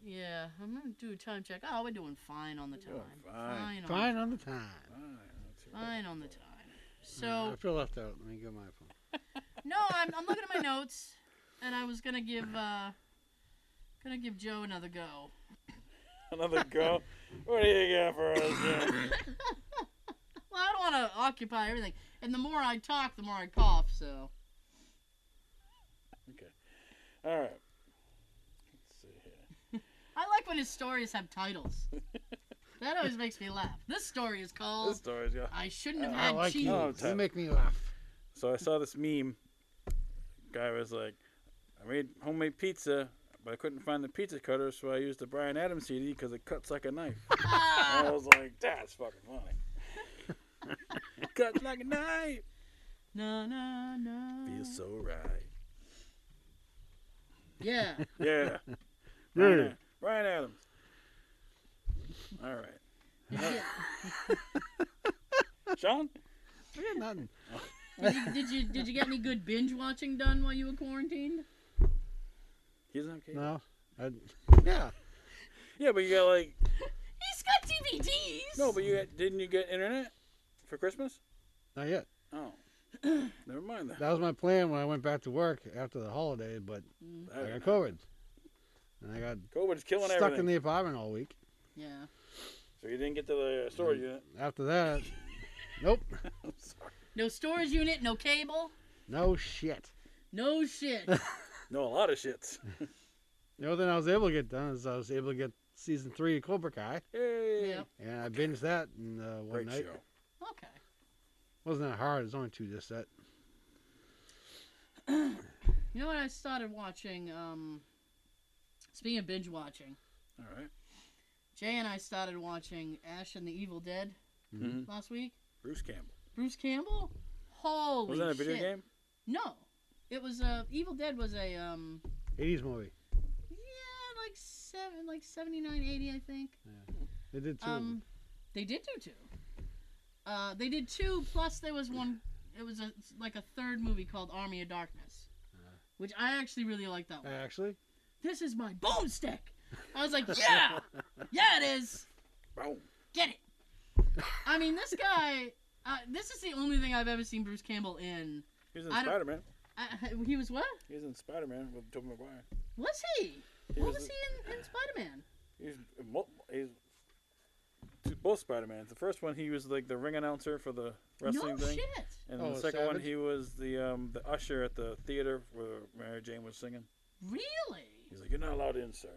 yeah, I'm gonna do a time check. Oh, we're doing fine on the time. Doing fine. on Fine on the time. Fine. Let's hear The, it. fine on the time. I So Mm-hmm. feel left out. Let me get my phone. no, I'm, I'm looking at my notes, and I was gonna give uh, gonna give Joe another go. Another go. what do you got for us? Jim? <laughs> Well, I don't want to occupy everything, and the more I talk, the more I cough. So All right. Let's see here. I like when his stories have titles. that always makes me laugh. This story is This called story's got. "I Shouldn't Have I I Had like Cheese." you. Oh, You Tyler. make me laugh. So I saw this meme. Guy was like, I made homemade pizza, but I couldn't find the pizza cutter, so I used the Brian Adams CD because it cuts like a knife. <laughs> Ah! I was like, that's fucking funny. <laughs> cuts like a knife. Na na na. Feels so right. <laughs> Yeah. Yeah. Yeah. Brian, Brian Adams. All right. yeah. Sean? I got <laughs> nothing. Did you, did you did you get any good binge watching done while you were quarantined? He doesn't have cable. No. I, yeah. Yeah, but you got like. He's got DVDs. No, but you <laughs> got, didn't you get internet for Christmas? Not yet. <clears throat> Oh. Never mind that. That was my plan when I went back to work after the holiday, but I got COVID. And I got COVID's killing stuck everything. in the apartment all week. yeah. So you didn't get to the uh, storage <laughs> unit. After that, nope. I'm sorry. No storage unit, no cable, No shit. no <laughs> shit. No, a lot of <laughs> shits. The only thing I was able to get done is I was able to get season three of Cobra Kai, Hey. yep. and I binged that in uh, one Great night. show. Okay. Wasn't that hard. It was only two disc set. You know what I started watching? Um, speaking of binge watching, All right. Jay and I started watching Ash and the Evil Dead Mm-hmm. Mhm. last week. Bruce Campbell. Bruce Campbell. Holy Was that a video shit. game? No, it was uh, Evil Dead was a um, 80s movie. yeah, like seven, like 79, 80, I think. They did two. of Um, them. they did do two. Uh, they did two. Plus, there was one. It was a, like a third movie called Army of Darkness, Uh. which I actually really like that one. Actually, This is my boomstick. <laughs> I was like, yeah, yeah, it is. Boom. Get it. I mean, this guy. Uh, this is the only thing I've ever seen Bruce Campbell in. He was in I don't- Spider Man. I, I- he was what? He was in Spider Man with Tobey Maguire. Was he? He What was was he in, in Spider Man? He's, mul- he's t- both Spider Mans. The first one, he was like the ring announcer for the wrestling No thing. shit. And Oh, the second one, Savage? he was the um, the usher at the theater where Mary Jane was singing. Really? He's like, "You're not allowed in, sir."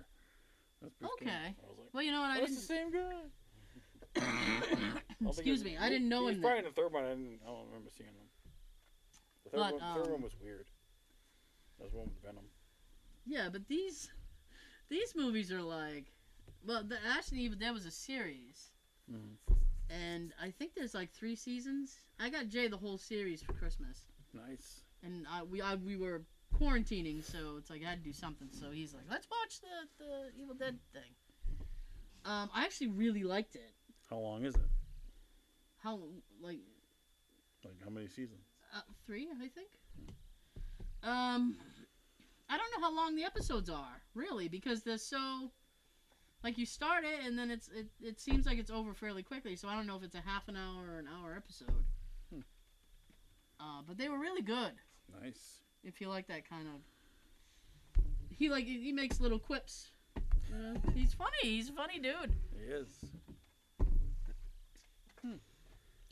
That's Bruce Campbell. Okay. I was like, Well, you know what? I oh, that's the same didn't. guy. I <coughs> don't <coughs> <laughs> think Excuse it- me, I didn't know he was him Probably in the third one, I, didn't, I don't remember seeing him. The third, But, one, third one um, was weird. That was one with Venom. Yeah, but these these movies are like, well, the Ashley Evil Dead was a series, Mhm. and I think there's like three seasons. I got Jay the whole series for Christmas, Nice. and I we I, we were quarantining, so it's like I had to do something. So he's like, let's watch the the Evil Dead thing. Um, I actually really liked it. How long is it? How like Like how many seasons? uh, three, I think. Um, I don't know how long the episodes are really because they're so, like you start it and then it's it, it seems like it's over fairly quickly. So I don't know if it's a half an hour or an hour episode. Hmm. Uh, but they were really good Nice. if you like that kind of. He like he he makes little quips. You know? He's funny. He's a funny dude. It is.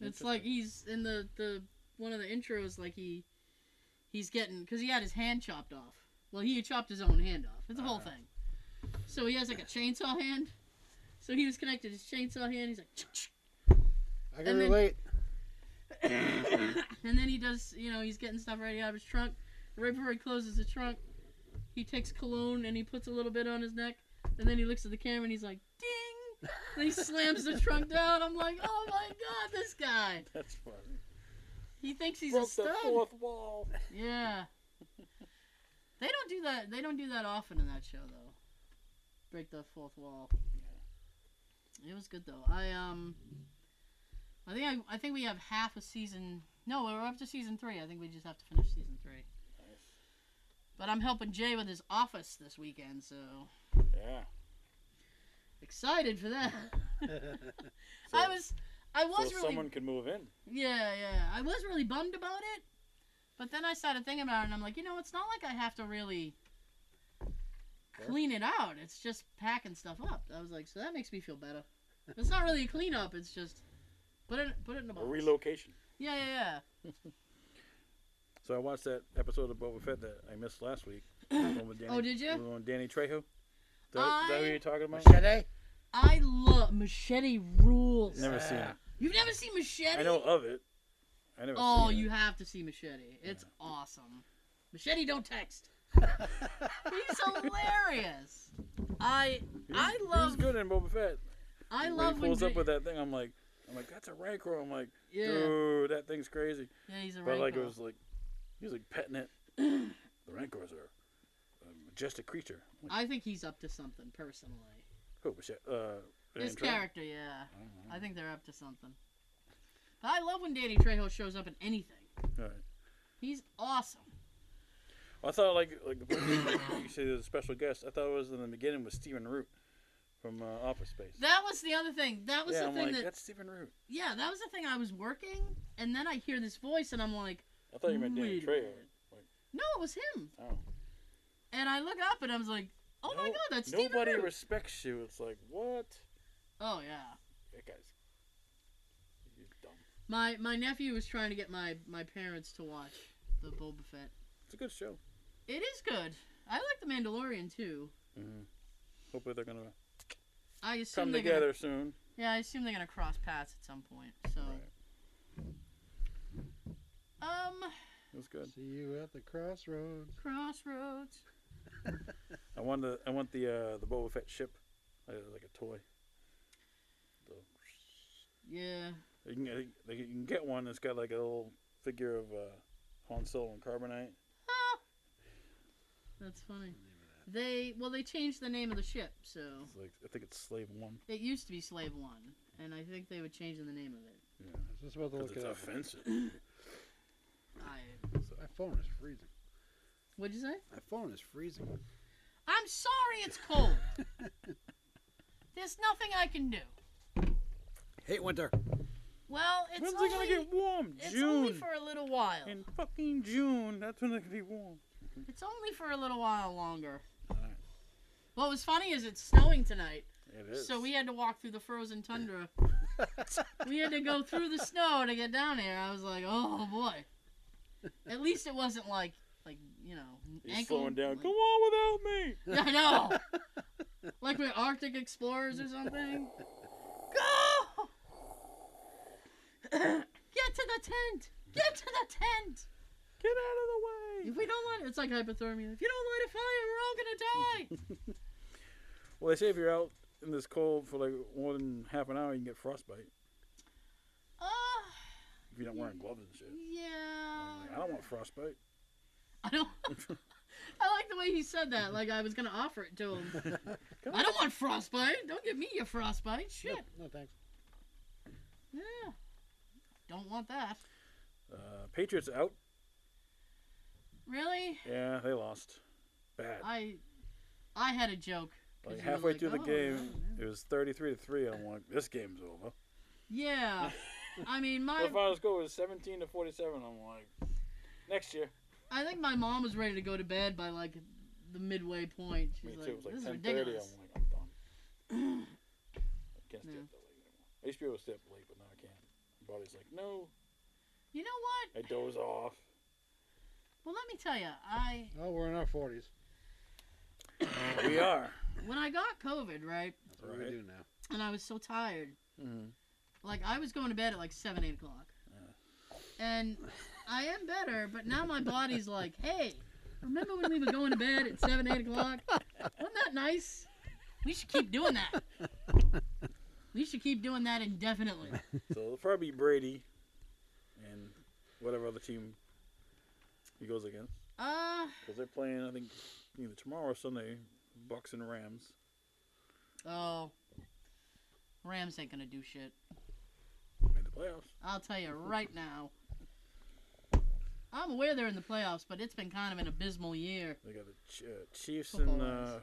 It's like he's in the the one of the intros like he he's getting because he had his hand chopped off. Well, he chopped his own hand off. It's a whole Ah. thing. So he has like a chainsaw hand. So he was connected to his chainsaw hand. He's like, I And can then- <coughs> relate. and then he does. You know, he's getting stuff ready out of his trunk. Right before he closes the trunk, he takes cologne and he puts a little bit on his neck. And then he looks at the camera and he's like, ding. And he slams the trunk down. I'm like, oh my god, this guy. <laughs> That's funny. He thinks he's a Broke stud. the fourth <laughs> wall. Yeah. they don't do that. They don't do that often in that show, though. Break the fourth wall. It was good though. I um. I think I, I think we have half a season. No, we're up to season three. I think we just have to finish season three. Nice. But I'm helping Jay with his office this weekend, so Yeah. excited for that. So, I was, I was so really. someone could move in. Yeah, yeah. I was really bummed about it, but then I started thinking about it, and I'm like, you know, it's not like I have to really Sure. clean it out. It's just packing stuff up. I was like, so that makes me feel better. It's not really a cleanup. It's just put it put it in a A box. relocation. Yeah, yeah, So I watched that episode of Boba Fett that I missed last week. The one with Danny, Oh, did ya? the one with Danny Trejo. Is that, is that I- who you're talking about? Machete? yeah. I love machete rules. Never seen it. You've never seen machete? I know of it. I never. Oh, seen you It. have to see machete. It's awesome. Machete, <laughs> don't text. He's hilarious. I He I was- He was love- good in Boba Fett. I when love he when pulls up Ja- with that thing. I'm like, I'm like, that's a Rancor. I'm like, Yeah, dude, that thing's crazy. yeah, he's a But like, it Rancor. was like, he was like petting <clears throat> it. the Rancors are a majestic creature. I'm like, I think he's up to something personally. who was that? Uh, Danny His Trejo? character, yeah. I don't know. I think they're up to something. But I love when Danny Trejo shows up in anything. All right. He's awesome. I thought like like the person- you say there's a special guest. I thought it was in the beginning was Stephen Root from uh, Office Space. That was the other thing. That was yeah, the I'm thing like that that's Stephen Root. yeah, that was the thing I was working and then I hear this voice and I'm like, I thought you meant Danny Wait a Trejo. minute. No, it was him. Oh. And I look up and I was like, Oh my No- god, that's Steven nobody Root. respects you. It's like what? Oh yeah. That guy's you're dumb. My my nephew was trying to get my, my parents to watch the Boba Fett. It's a good show. It is good. I like the Mandalorian too. Mm-hmm. Hopefully they're gonna I assume come they're gonna together soon. Yeah, I assume they're gonna cross paths at some point. So, um, It was good. See you at the crossroads. crossroads. I want the I want the uh, the Boba Fett ship, uh, like a toy. Yeah, You can get, they- you can get one that's got like a little figure of uh, Han Solo and Carbonite. that's funny. They well, they changed the name of the ship, so It's like I think it's Slave One. it used to be Slave One, and I think they were changing the name of it. Yeah, I was just about to 'cause look it's it up. offensive. I My phone is freezing. what'd you say? My phone is freezing. I'm sorry, it's <laughs> cold. There's nothing I can do. Hate winter. Well, it's When's only, it gonna get warm? it's only June. for a little while. In fucking June, that's when it can be warm. It's only for a little while longer. Alright. What was funny is it's snowing tonight. It is. So we had to walk through the <laughs> frozen tundra. we had to go through the snow to get down here. I was like, oh boy. At least it wasn't like like you know He's ankle. slowing down. like- Go on without me. <laughs> I know. like we're Arctic explorers or something. Go! <coughs> Get to the tent! Get to the tent! Get out of the way. If we don't light, it's like hypothermia. If you don't light a <laughs> fire, we're all gonna die. Well, they say if you're out in this cold for like more than half an hour, you can get frostbite Uh, if you're not wearing gloves and shit. I'm like, I yeah. don't want frostbite. I don't. <laughs> I like the way he said that. Like I was gonna offer it to him. Come I don't want frostbite. Don't give me your frostbite. Shit. No, thanks. Yeah. Don't want that. Uh, Patriots out. Really? Yeah, they lost. Bad. I I had a joke. Like 'cause you were halfway like, through the "Oh, game, yeah, yeah." it was 33 to three. I'm like, this game's over. Yeah. I mean, The my final score was 17 to 47. I'm like, next year. I think my mom was ready to go to bed by like the midway point. She's Me like, too. It was like this 10:30. I'm like, is ridiculous. I'm done. <clears throat> I can't stay Yeah. up that late anymore. I used to be able to stay up late, but now I can't. My body's like, no. You know I what? doze off. Well, let me tell you, I Oh, we're in our 40s. <laughs> we are. when I got COVID, right, That's what we Right. do now. and I was so tired, Mm-hmm. like I was going to bed at like seven, eight o'clock, and I am better, but now my body's like, hey, remember when we were going to bed at seven, eight o'clock? Wasn't that nice? We should keep doing that. We should keep doing that indefinitely. So it'll probably be Brady and whatever other team he goes against. Uh, Because they're playing, I think, either tomorrow or Sunday, Bucks and Rams. oh, Rams ain't gonna do shit. Made the playoffs. I'll tell you right now. I'm aware they're in the playoffs, but it's been kind of an abysmal year. They got the Ch- uh, Chiefs Football and Rams. uh,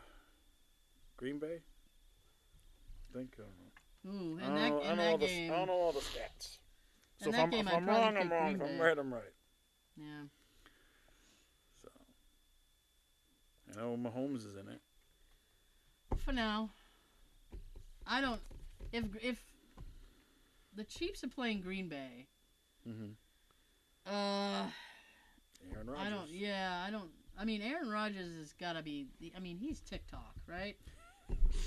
Green Bay. I think. I don't Ooh, know. and I, that, don't know, I, and don't know all that the, game. I don't know all the stats. In So if that I'm, game, if I'd I'm probably wrong, I'm pick wrong. Green If I'm Bay. right, I'm right. Yeah. So I know Mahomes is in it. For now, I don't. If if the Chiefs are playing Green Bay, Mm-hmm. uh, Aaron Rodgers. I don't. Yeah, I don't. I mean, Aaron Rodgers has got to be. The, I mean, he's TikTok, right?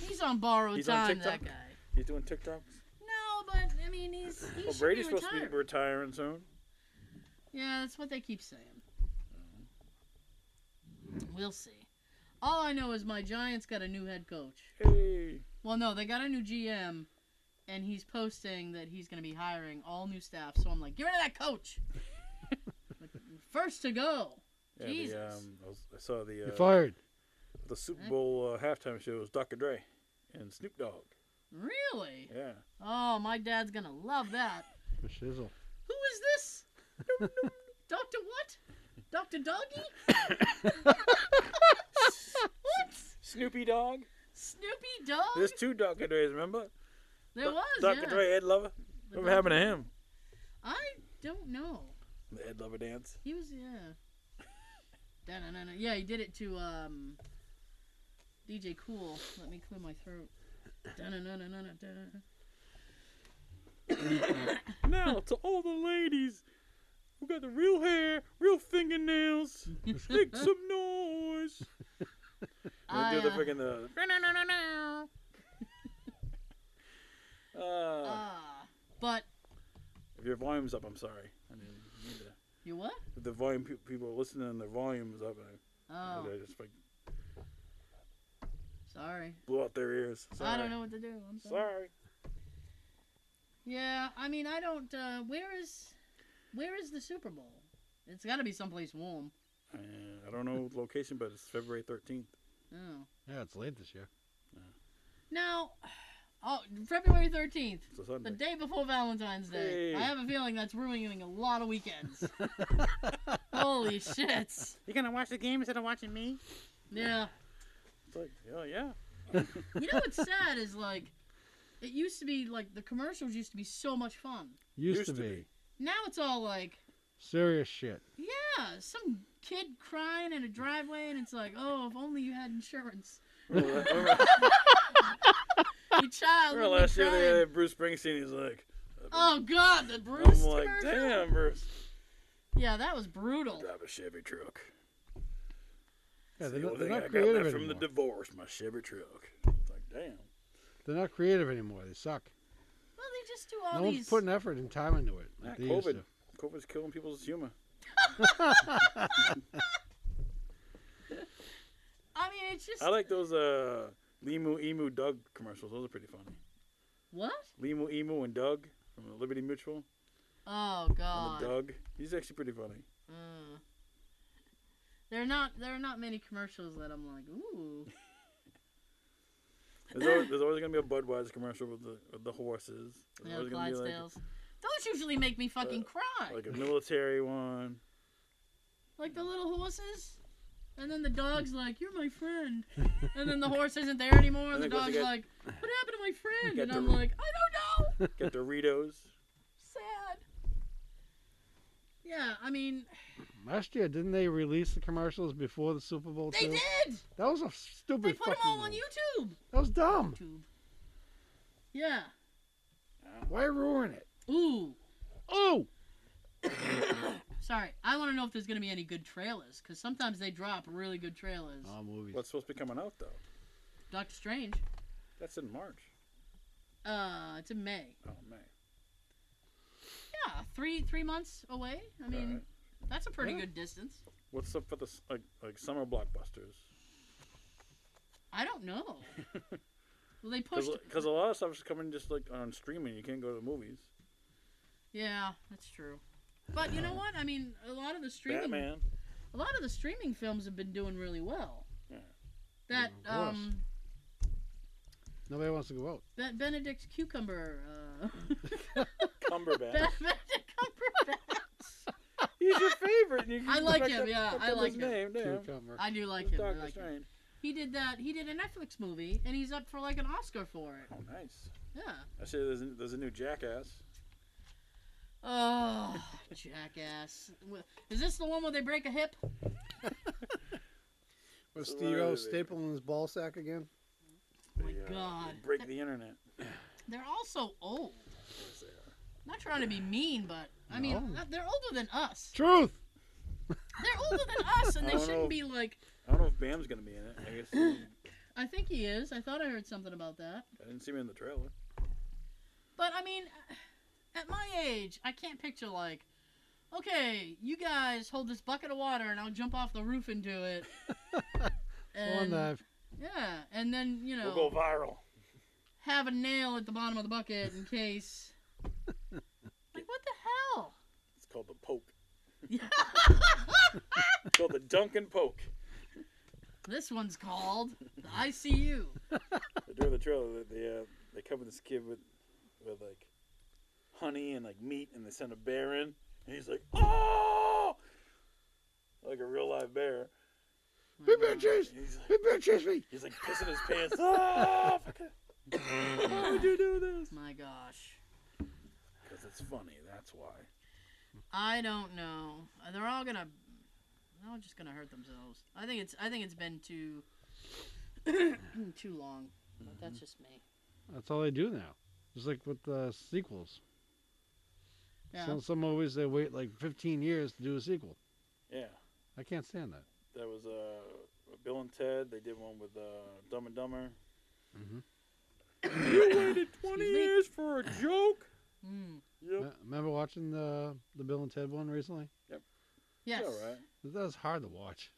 He's on borrowed He's on time. that TikTok? guy. He's doing TikToks. No, but I mean, he's. He Well, should Brady's be supposed to retired. be retiring soon. Yeah, that's what they keep saying. We'll see. All I know is my Giants got a new head coach. Hey. Well, no, they got a new GM, and he's posting that he's going to be hiring all new staff. So I'm like, get rid of that coach. Like, First to go. Yeah, The, Jesus. um, I, was, I saw the You're uh, fired. the Super Heck. Bowl uh, halftime show was Dr. Dre and Snoop Dogg. Really? Yeah. Oh, my dad's going to love that. The shizzle. Who is this? Doctor what? Doctor Doggy? what? Snoopy Dogg. Snoopy Dog? There's two Dr. Dre's. Remember? there Do- was, Dr. yeah. Dre, Ed Lover. The What happened to Dr. him? I don't know. The Ed Lover dance. He was yeah. no, no, no, no. Yeah, he did it to um DJ Cool. Let me clear my throat. Dun-dun-dun-dun-dun-dun. <laughs> Now to all the ladies who got the real hair, real fingernails, <laughs> make some noise. And I, they do the uh, freaking the. Uh, ah, but if your volume's up, I'm sorry. I mean, you need to- you what? if the volume pe- people are listening and their volume's up, I, Oh, I just like sorry. blew out their ears. Sorry. I don't know what to do. I'm sorry. Sorry. Yeah, I mean, I don't. Uh, where is, where is the Super Bowl? It's got to be someplace warm. Uh, I don't know the location, but it's February 13th. Oh. Yeah, it's late this year. Now, <sighs> oh, February thirteenth. It's a The Sunday. day before Valentine's Day. Hey. I have a feeling that's ruining a lot <laughs> of weekends. Holy shit. You're gonna watch the game instead of watching me? Yeah. It's like, oh yeah. <laughs> You know what's sad is like, it used to be like the commercials used to be so much fun. Used, Used to, to be. be. Now it's all like, Serious shit. yeah, some kid crying in a driveway and it's like, oh, if only you <laughs> had insurance. Remember, remember- Your child. remember would be last year crying. they had Bruce Springsteen. He's like, Oh God, the I'm Bruce like, commercial. damn, Bruce, Yeah, that was brutal. drive a Chevy truck. Yeah, It's they're the not, only they're thing I not got left creative from the anymore. divorce, my Chevy truck. It's like, Damn. They're not creative anymore. They suck. Well, they just do all no these. one's putting effort and time into it. Yeah, like they used COVID. to. COVID's killing people's humor. I mean, it's just I like those uh Limu Emu Doug commercials. Those are pretty funny. what? Limu Emu and Doug from the Liberty Mutual. Oh And God. the Doug. He's actually pretty funny. Mm. There are not there are not many commercials that I'm like, <laughs> ooh. There's always, there's always gonna be a Budweiser commercial with the with the horses. There's You know, always gonna be like, Clydesdales. Those usually make me fucking Uh, cry. like a military one. Like the little horses. And then the dog's like, You're <laughs> my friend. And then the horse isn't there anymore. And the I think once dog's again- like, What happened to my friend? Got And the I'm re- like, I don't know. Got Doritos. Sad. Yeah, I mean, Last year, didn't they release the commercials before the Super Bowl? they too? did. That was a They stupid put them fucking all on rule. YouTube. That was dumb. YouTube. Yeah. Why ruin it? Ooh. Oh, Sorry. I want to know if there's going to be any good trailers because sometimes they drop really good trailers. Oh. all movies. What's supposed to be coming out though? Doctor Strange. That's in March. Uh, it's in May. Oh man. Yeah, three three months away. I mean, Alright. that's a pretty Yeah. good distance. What's up for the s- like like summer blockbusters? I don't know. <laughs> well, they pushed. Because a lot of stuff is coming just like on streaming. You can't go to the movies. Yeah, that's true. But you know what? I mean, a lot of the streaming, Batman. <laughs> a lot of the streaming films have been doing really well. Yeah. That of course. um, Nobody wants to go out. that Benedict cucumber. Uh, <laughs> Cumberbatch. Benedict Cumberbatch. He's your favorite. And you I like fuck him, up- yeah, fuck I up like his him. Name, damn. Cucumber. I do like It's him. I Doctor like him. Strange. He did that. He did a Netflix movie, and he's up for like an Oscar for it. Oh, nice. Yeah. I say there's a, there's a new Jackass. Oh, <laughs> jackass! Wh- Is this the one where they break a hip? Was So Steve O where are they? stapling his ball sack again? Oh my They, uh, God. Break the internet. They're all so old. Yes, they are. Not trying to be mean, but I mean, No. uh, they're older than us. Truth. They're older than us, <laughs> and I they don't shouldn't know. be like. I don't know if Bam's gonna be in it. I guess he- I think he is. I thought I heard something about that. I didn't see him in the trailer. But I mean, uh, at my age, I can't picture like, okay, you guys hold this bucket of water, and I'll jump off the roof into <laughs> it. One and, knife. yeah, and then you know. We'll go viral. have a nail at the bottom of the bucket in <laughs> case. like what the hell? It's called the poke. Yeah. It's called the Duncan poke. <laughs> This one's called the ICU. During the trailer, they they, uh, they cover this kid with with like honey and like meat, and they send a bear in, and he's like, oh, like a real live bear. Hey, bitches! And he's like. Hey, bitches! Me. He's like pissing his pants. <laughs> Ah, fucking- Why would you do this? My gosh, Because it's funny. That's why. I don't know. They're all gonna, they're all just gonna hurt themselves. I think it's, I think it's been too, <coughs> too long. But Mm-hmm. that's just me. That's all they do now. Just like with the sequels. Yeah. Some, some movies they wait like 15 years to do a sequel. Mm-hmm. Yeah, I can't stand that. that was uh, Bill and Ted. They did one with uh, Dumb and Dumber. Mhm. you waited 20 Excuse me? years for a joke? Mm. Yep. <clears throat> Me- Remember watching the the Bill and Ted one recently? Yes. It's all right. That was hard to watch.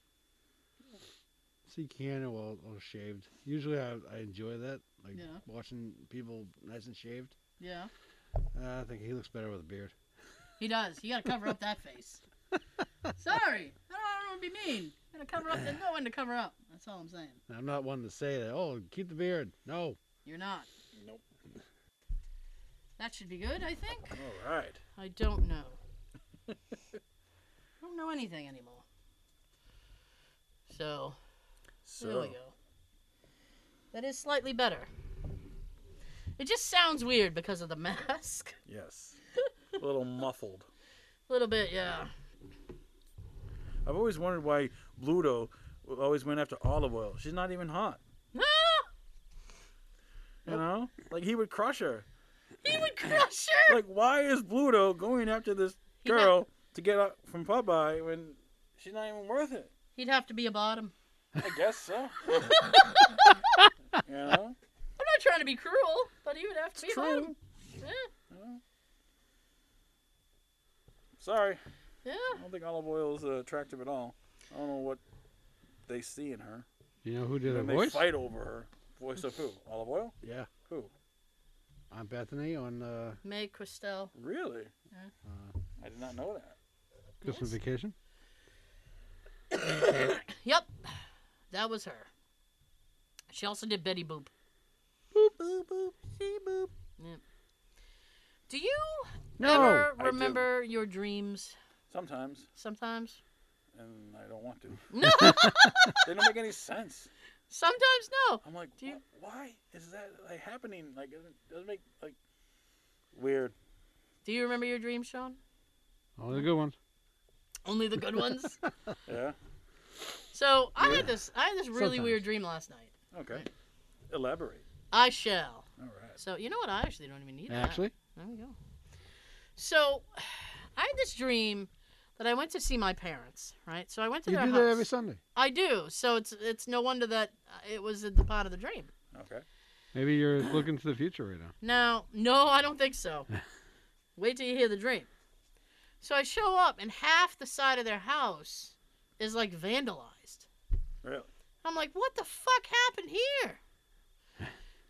See Keanu all, all shaved. Usually I, I enjoy that, like Yeah. watching people nice and shaved. Yeah. Uh, I think he looks better with a beard. He does. You gotta cover up that face. Sorry. I don't want to be mean. Gotta cover up. There's no one to cover up. That's all I'm saying. And I'm not one to say that. Oh, keep the beard. No. You're not. Nope. That should be good, I think. All right. I don't know. I don't know anything anymore. So, So, there we go. That is slightly better. It just sounds weird because of the <laughs> mask. yes. a little muffled. A little bit, yeah. I've always wondered why Bluto always went after olive oil. She's not even hot. No! You know? Like, he would crush her. He would crush her! like, why is Bluto going after this He might- girl to get out from Popeye when she's not even worth it? <laughs> He'd have to be a bottom. I guess so. you know? trying to be cruel, but he would have to be allowed. True. Yeah, Sorry, yeah. I don't think olive oil is uh, attractive at all. I don't know what they see in her. You know who did a and they voice? fight over her. Voice of who? Olive oil? Yeah, Who? Aunt Bethany on uh, May Christelle. Really? Yeah. I did not know that. Christmas Yes. Vacation. Yep, that was her. She also did Betty Boop. Boop boop boop. See boop. Do you No. ever I do. remember your dreams Sometimes, sometimes? and I don't want <laughs> to. No, they don't make any sense. sometimes no. I'm like, Do you- "Wh- why is that like happening? Like, it doesn't- doesn't make like weird. Do you remember your dreams, Sean? Only Oh, good ones. Only the good <laughs> ones. Yeah. So I Yeah. had this I had this really Sometimes. weird dream last night. Okay. Right. Elaborate. I shall. All right. So you know what? I actually don't even need that. Actually, There we go. So <sighs> I had this dream that I went to see my parents, right? So I went to you their do house. that every Sunday. I do. So it's it's no wonder that uh, it was at the part of the dream. Okay. Maybe <clears throat> you're looking to the future right now. Now, no, I don't think so. Wait till you hear the dream. So I show up and half the side of their house is like vandalized. Really? I'm like, what the fuck happened here?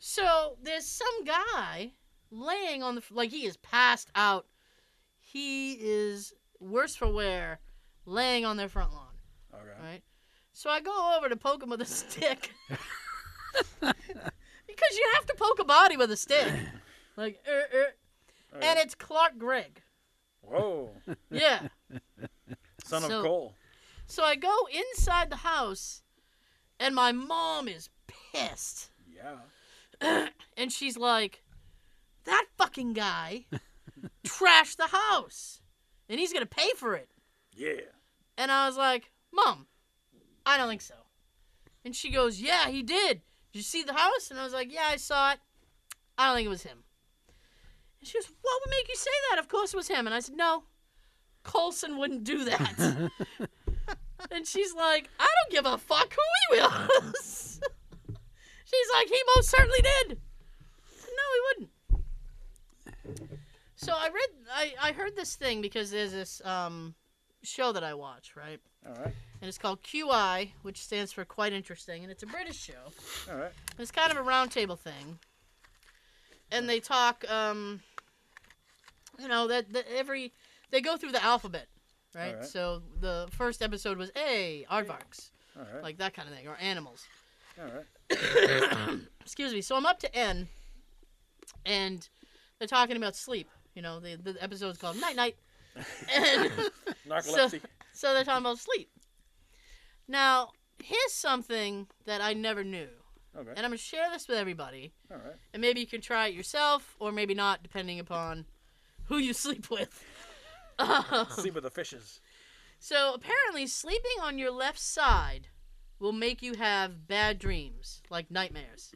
So there's some guy laying on the f- like he is passed out. He is worse for wear, laying on their front lawn. All right. Right. So I go over to poke him with a stick. because you have to poke a body with a stick. Like, er, er. All right. and it's Clark Gregg. Whoa. Yeah. Son So- of Cole. so I go inside the house, and my mom is pissed. Yeah. And she's like, that fucking guy trashed the house, and he's going to pay for it. Yeah. And I was like, Mom, I don't think so. And she goes, Yeah, he did. Did you see the house? And I was like, Yeah, I saw it. I don't think it was him. And she goes, What would make you say that? Of course it was him. And I said, No, Colson wouldn't do that. and she's like, I don't give a fuck who he was. <laughs> she's like, He most certainly did. I said, no, he wouldn't. So I read, I, I heard this thing because there's this um, show that I watch, right? All right. and it's called QI, which stands for Quite Interesting, and it's a British show. All right. And It's kind of a roundtable thing, and they talk, um, you know, that, that every they go through the alphabet, right? Alright. So the first episode was A, aardvarks, All right. like that kind of thing, or animals. All right. Excuse me. So I'm up to N, and they're talking about sleep. You know, the the episode's called Night Night, <laughs> and. Narcolepsy. So they're talking about sleep. Now, here's something that I never knew, okay. and I'm gonna share this with everybody, All right. and maybe you can try it yourself, or maybe not, depending upon who you <laughs> sleep with. Uh, Sleep with the fishes. <laughs> so apparently, sleeping on your left side will make you have bad dreams, like nightmares,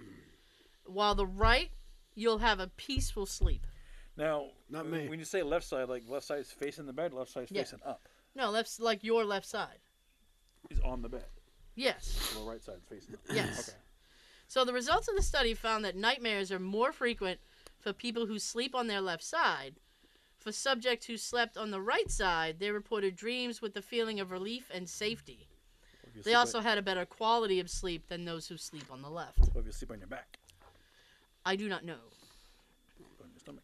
while the right, you'll have a peaceful sleep. Now, Not uh, me. When you say left side, like left side's facing the bed, left side's Yeah. facing up. No, left, like your left side. He's on the bed. Yes. The right side's facing up. Yes. Okay. So the results of the study found that nightmares are more frequent for people who sleep on their left side. For subjects who slept on the right side, they reported dreams with the feeling of relief and safety. If you They sleep on- also had a better quality of sleep than those who sleep on the left. Or if you sleep on your back, I do not know. on your stomach.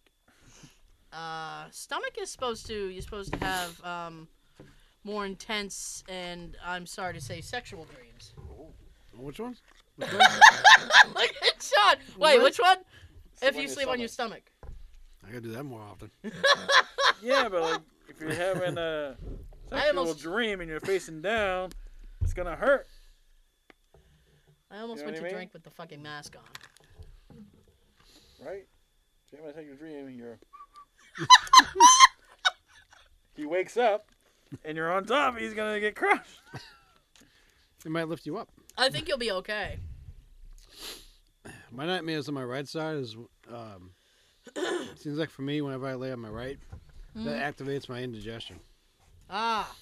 Uh, stomach is supposed to you're supposed to have um, more intense and I'm sorry to say sexual dreams. <laughs> Oh, Which ones? Which ones? Look at Sean. Wait, What? which one? if on you your sleep on your stomach. I gotta do that more often. Yeah, but like if you're having a <laughs> I sexual almost- dream and you're facing down, it's gonna hurt. I almost know what went I to mean? drink with the fucking mask on. Right? If you're having a sexual dream and <laughs> you're He wakes up and you're on top, he's gonna get crushed. It might lift you up. I think you'll be okay. My nightmares on my right side is um, <coughs> seems like for me whenever I lay on my right, that activates my indigestion. Ah,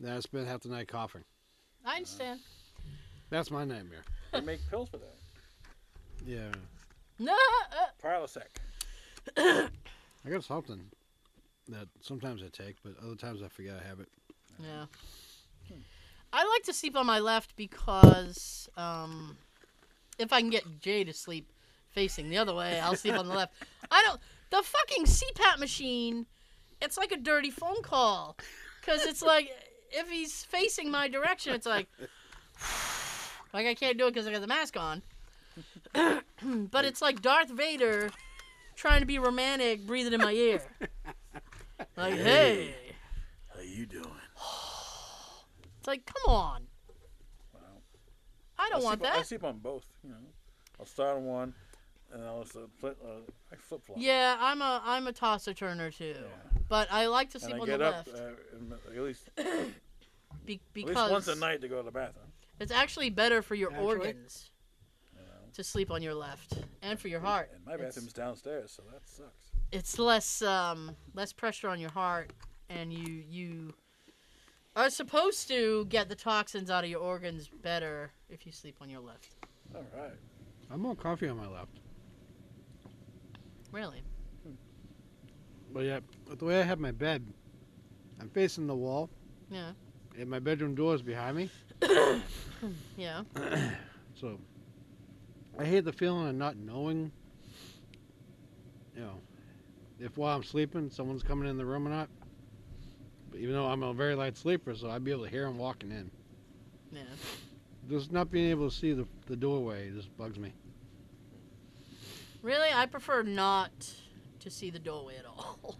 Then I spend half the night coughing. I understand. That's my nightmare. <laughs> They make pills for that. Yeah. Prilosec. I got something that sometimes I take, but other times I forget I have it. Yeah. I like to sleep on my left because um, if I can get Jay to sleep facing the other way, I'll sleep on the left. I don't. The fucking CPAP machine, it's like a dirty phone call. Because it's like, if he's facing my direction, it's like, <sighs> like I can't do it because I got the mask on. <clears throat> but it's like Darth Vader trying to be romantic, breathing in my ear. Like, hey. How you doing? It's like, come on. Wow. I don't I want sleep On, I that. sleep on both. You know, I'll start on one, and I'll also flip. Uh, I flip flop. Yeah, I'm a I'm a tosser turner too, Yeah. but I like to And sleep I on get the up left uh, in- at least be- at least once because a night to go to the bathroom. it's actually better for your Actually? organs You know? to sleep on your left and for your heart. And my It's- bathroom's downstairs, so that sucks. It's, less um less pressure on your heart, and you you are supposed to get the toxins out of your organs better if you sleep on your left. All right. I'm on coffee on my left. Really? But yeah, with the way I have my bed, I'm facing the wall, Yeah. and my bedroom door is behind me. Yeah. So I hate the feeling of not knowing, you know, if while I'm sleeping someone's coming in the room or not. But even though I'm a very light sleeper, so I'd be able to hear them walking in. Yeah. Just not being able to see the, the doorway just bugs me. Really, I prefer not to see the doorway at all.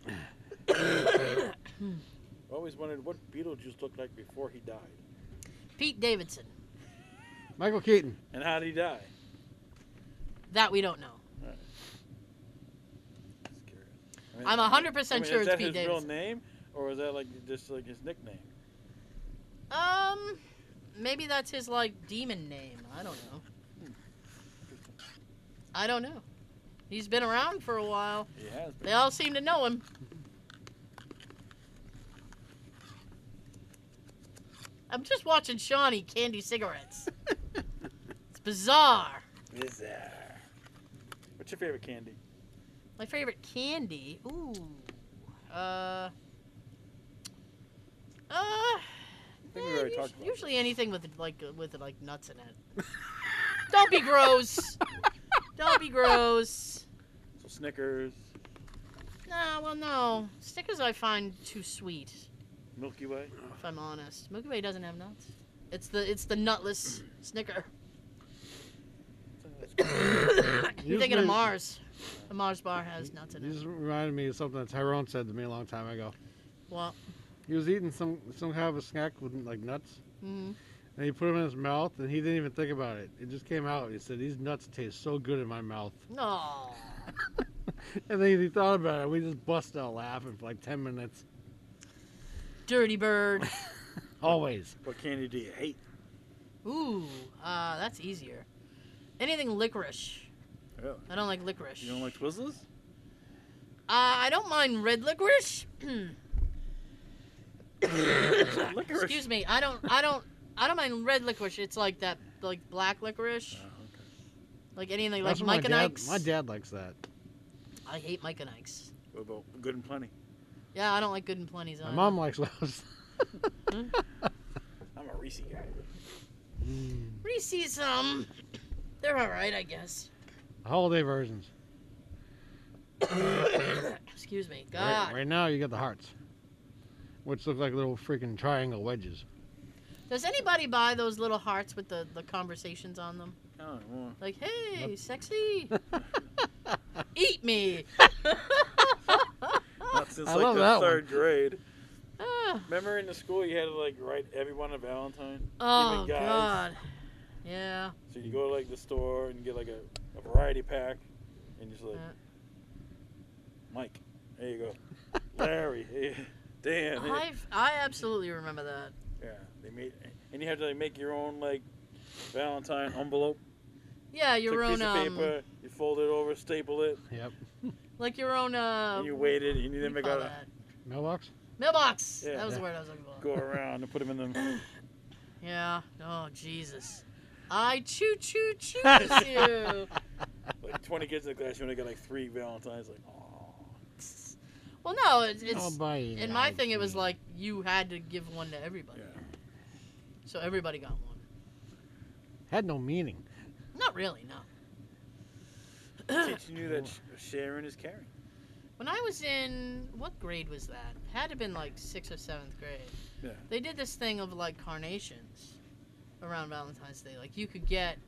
<laughs> I always wondered what Beetlejuice looked like before he died, Pete Davidson. Michael Keaton. and how did he die? That we don't know. Just curious. I mean, I'm I mean- 100% I mean, sure is it's that Pete his real Davidson. name, or was that like just like his nickname? Um, maybe that's his like demon name. I don't know. Hmm. I don't know. He's been around for a while. He has. Been. They all seem to know him. I'm just watching Shawnee candy cigarettes. it's bizarre. Bizarre. What's your favorite candy? My favorite candy. Ooh. Uh. Uh. think we Eh, already usu- talked about usually anything with like uh, with like nuts in it. <laughs> Don't be gross. Don't be gross. So Snickers, Nah, well, no. Stickers I find too sweet. Milky Way. If I'm honest, Milky Way doesn't have nuts. It's the it's the nutless Snicker. <coughs> You're thinking of Usually- Mars. A Mars bar has nuts in You it. just reminded me of something that Tyrone said to me a long time ago. Well, He was eating some some kind of a snack with like nuts, mm, and he put them in his mouth, and he didn't even think about it. It just came out. He said, "These nuts taste so good in my mouth." no. And then he thought about it. We just bust out laughing for like ten minutes. Dirty bird. Always. What candy do you hate? Ooh, uh, that's easier. Anything licorice. Really? I don't like licorice. You don't like <coughs> Twizzlers? Uh, I don't mind red licorice. <clears throat> Licorice. Excuse me. I don't. I don't. I don't mind red licorice. It's like that, like black licorice, Oh, okay. like anything That's like what Mike and my dad, Ike's. My dad likes that. I hate Mike and Ike's. What about Good and Plenty? Yeah, I don't like Good and Plenty's. My either. mom likes those. <laughs> Hmm. I'm a Reese guy. Reese's. Um, they're all right, I guess. <coughs> Holiday versions. Excuse me. God, Right, right now, you got the hearts, which look like little freaking triangle <laughs> wedges. does anybody buy those little hearts with the the conversations on them? I don't <laughs> know. Like, hey, sexy, eat me. Not since I like love the that third grade. Ah. Remember in the school you had to like write everyone a Valentine? Oh Even guys. God. Yeah. So you go to like the store and get like a, a variety pack and just like Yeah. Mike, there <laughs> you go. Larry, hey, Dan. hey. I've, I absolutely remember that. Yeah, they made and you had to like make your own like Valentine envelope. Yeah, your Took a own piece of um, paper, you fold it over, staple it, Yep. like your own uh. and you waited and you what do then you make call a Oh, that? Mailbox? mailbox. Yeah. that was the Yeah. word I was looking <laughs> for. go around and put them in the <laughs> Yeah. Oh Jesus. I choo choo choose you. like 20 kids in the class, you only got like three Valentines. Like, oh, Well, no, it's, Oh, it's Nobody. in my likes thing. It was me. like you had to give one to everybody, yeah. so everybody got one. had no meaning. Not really, no. Teaching you that sh- sharing is caring. When I was in what grade was that? Had to have been like sixth or seventh grade. Yeah. They did this thing of like carnations around Valentine's Day. Like you could get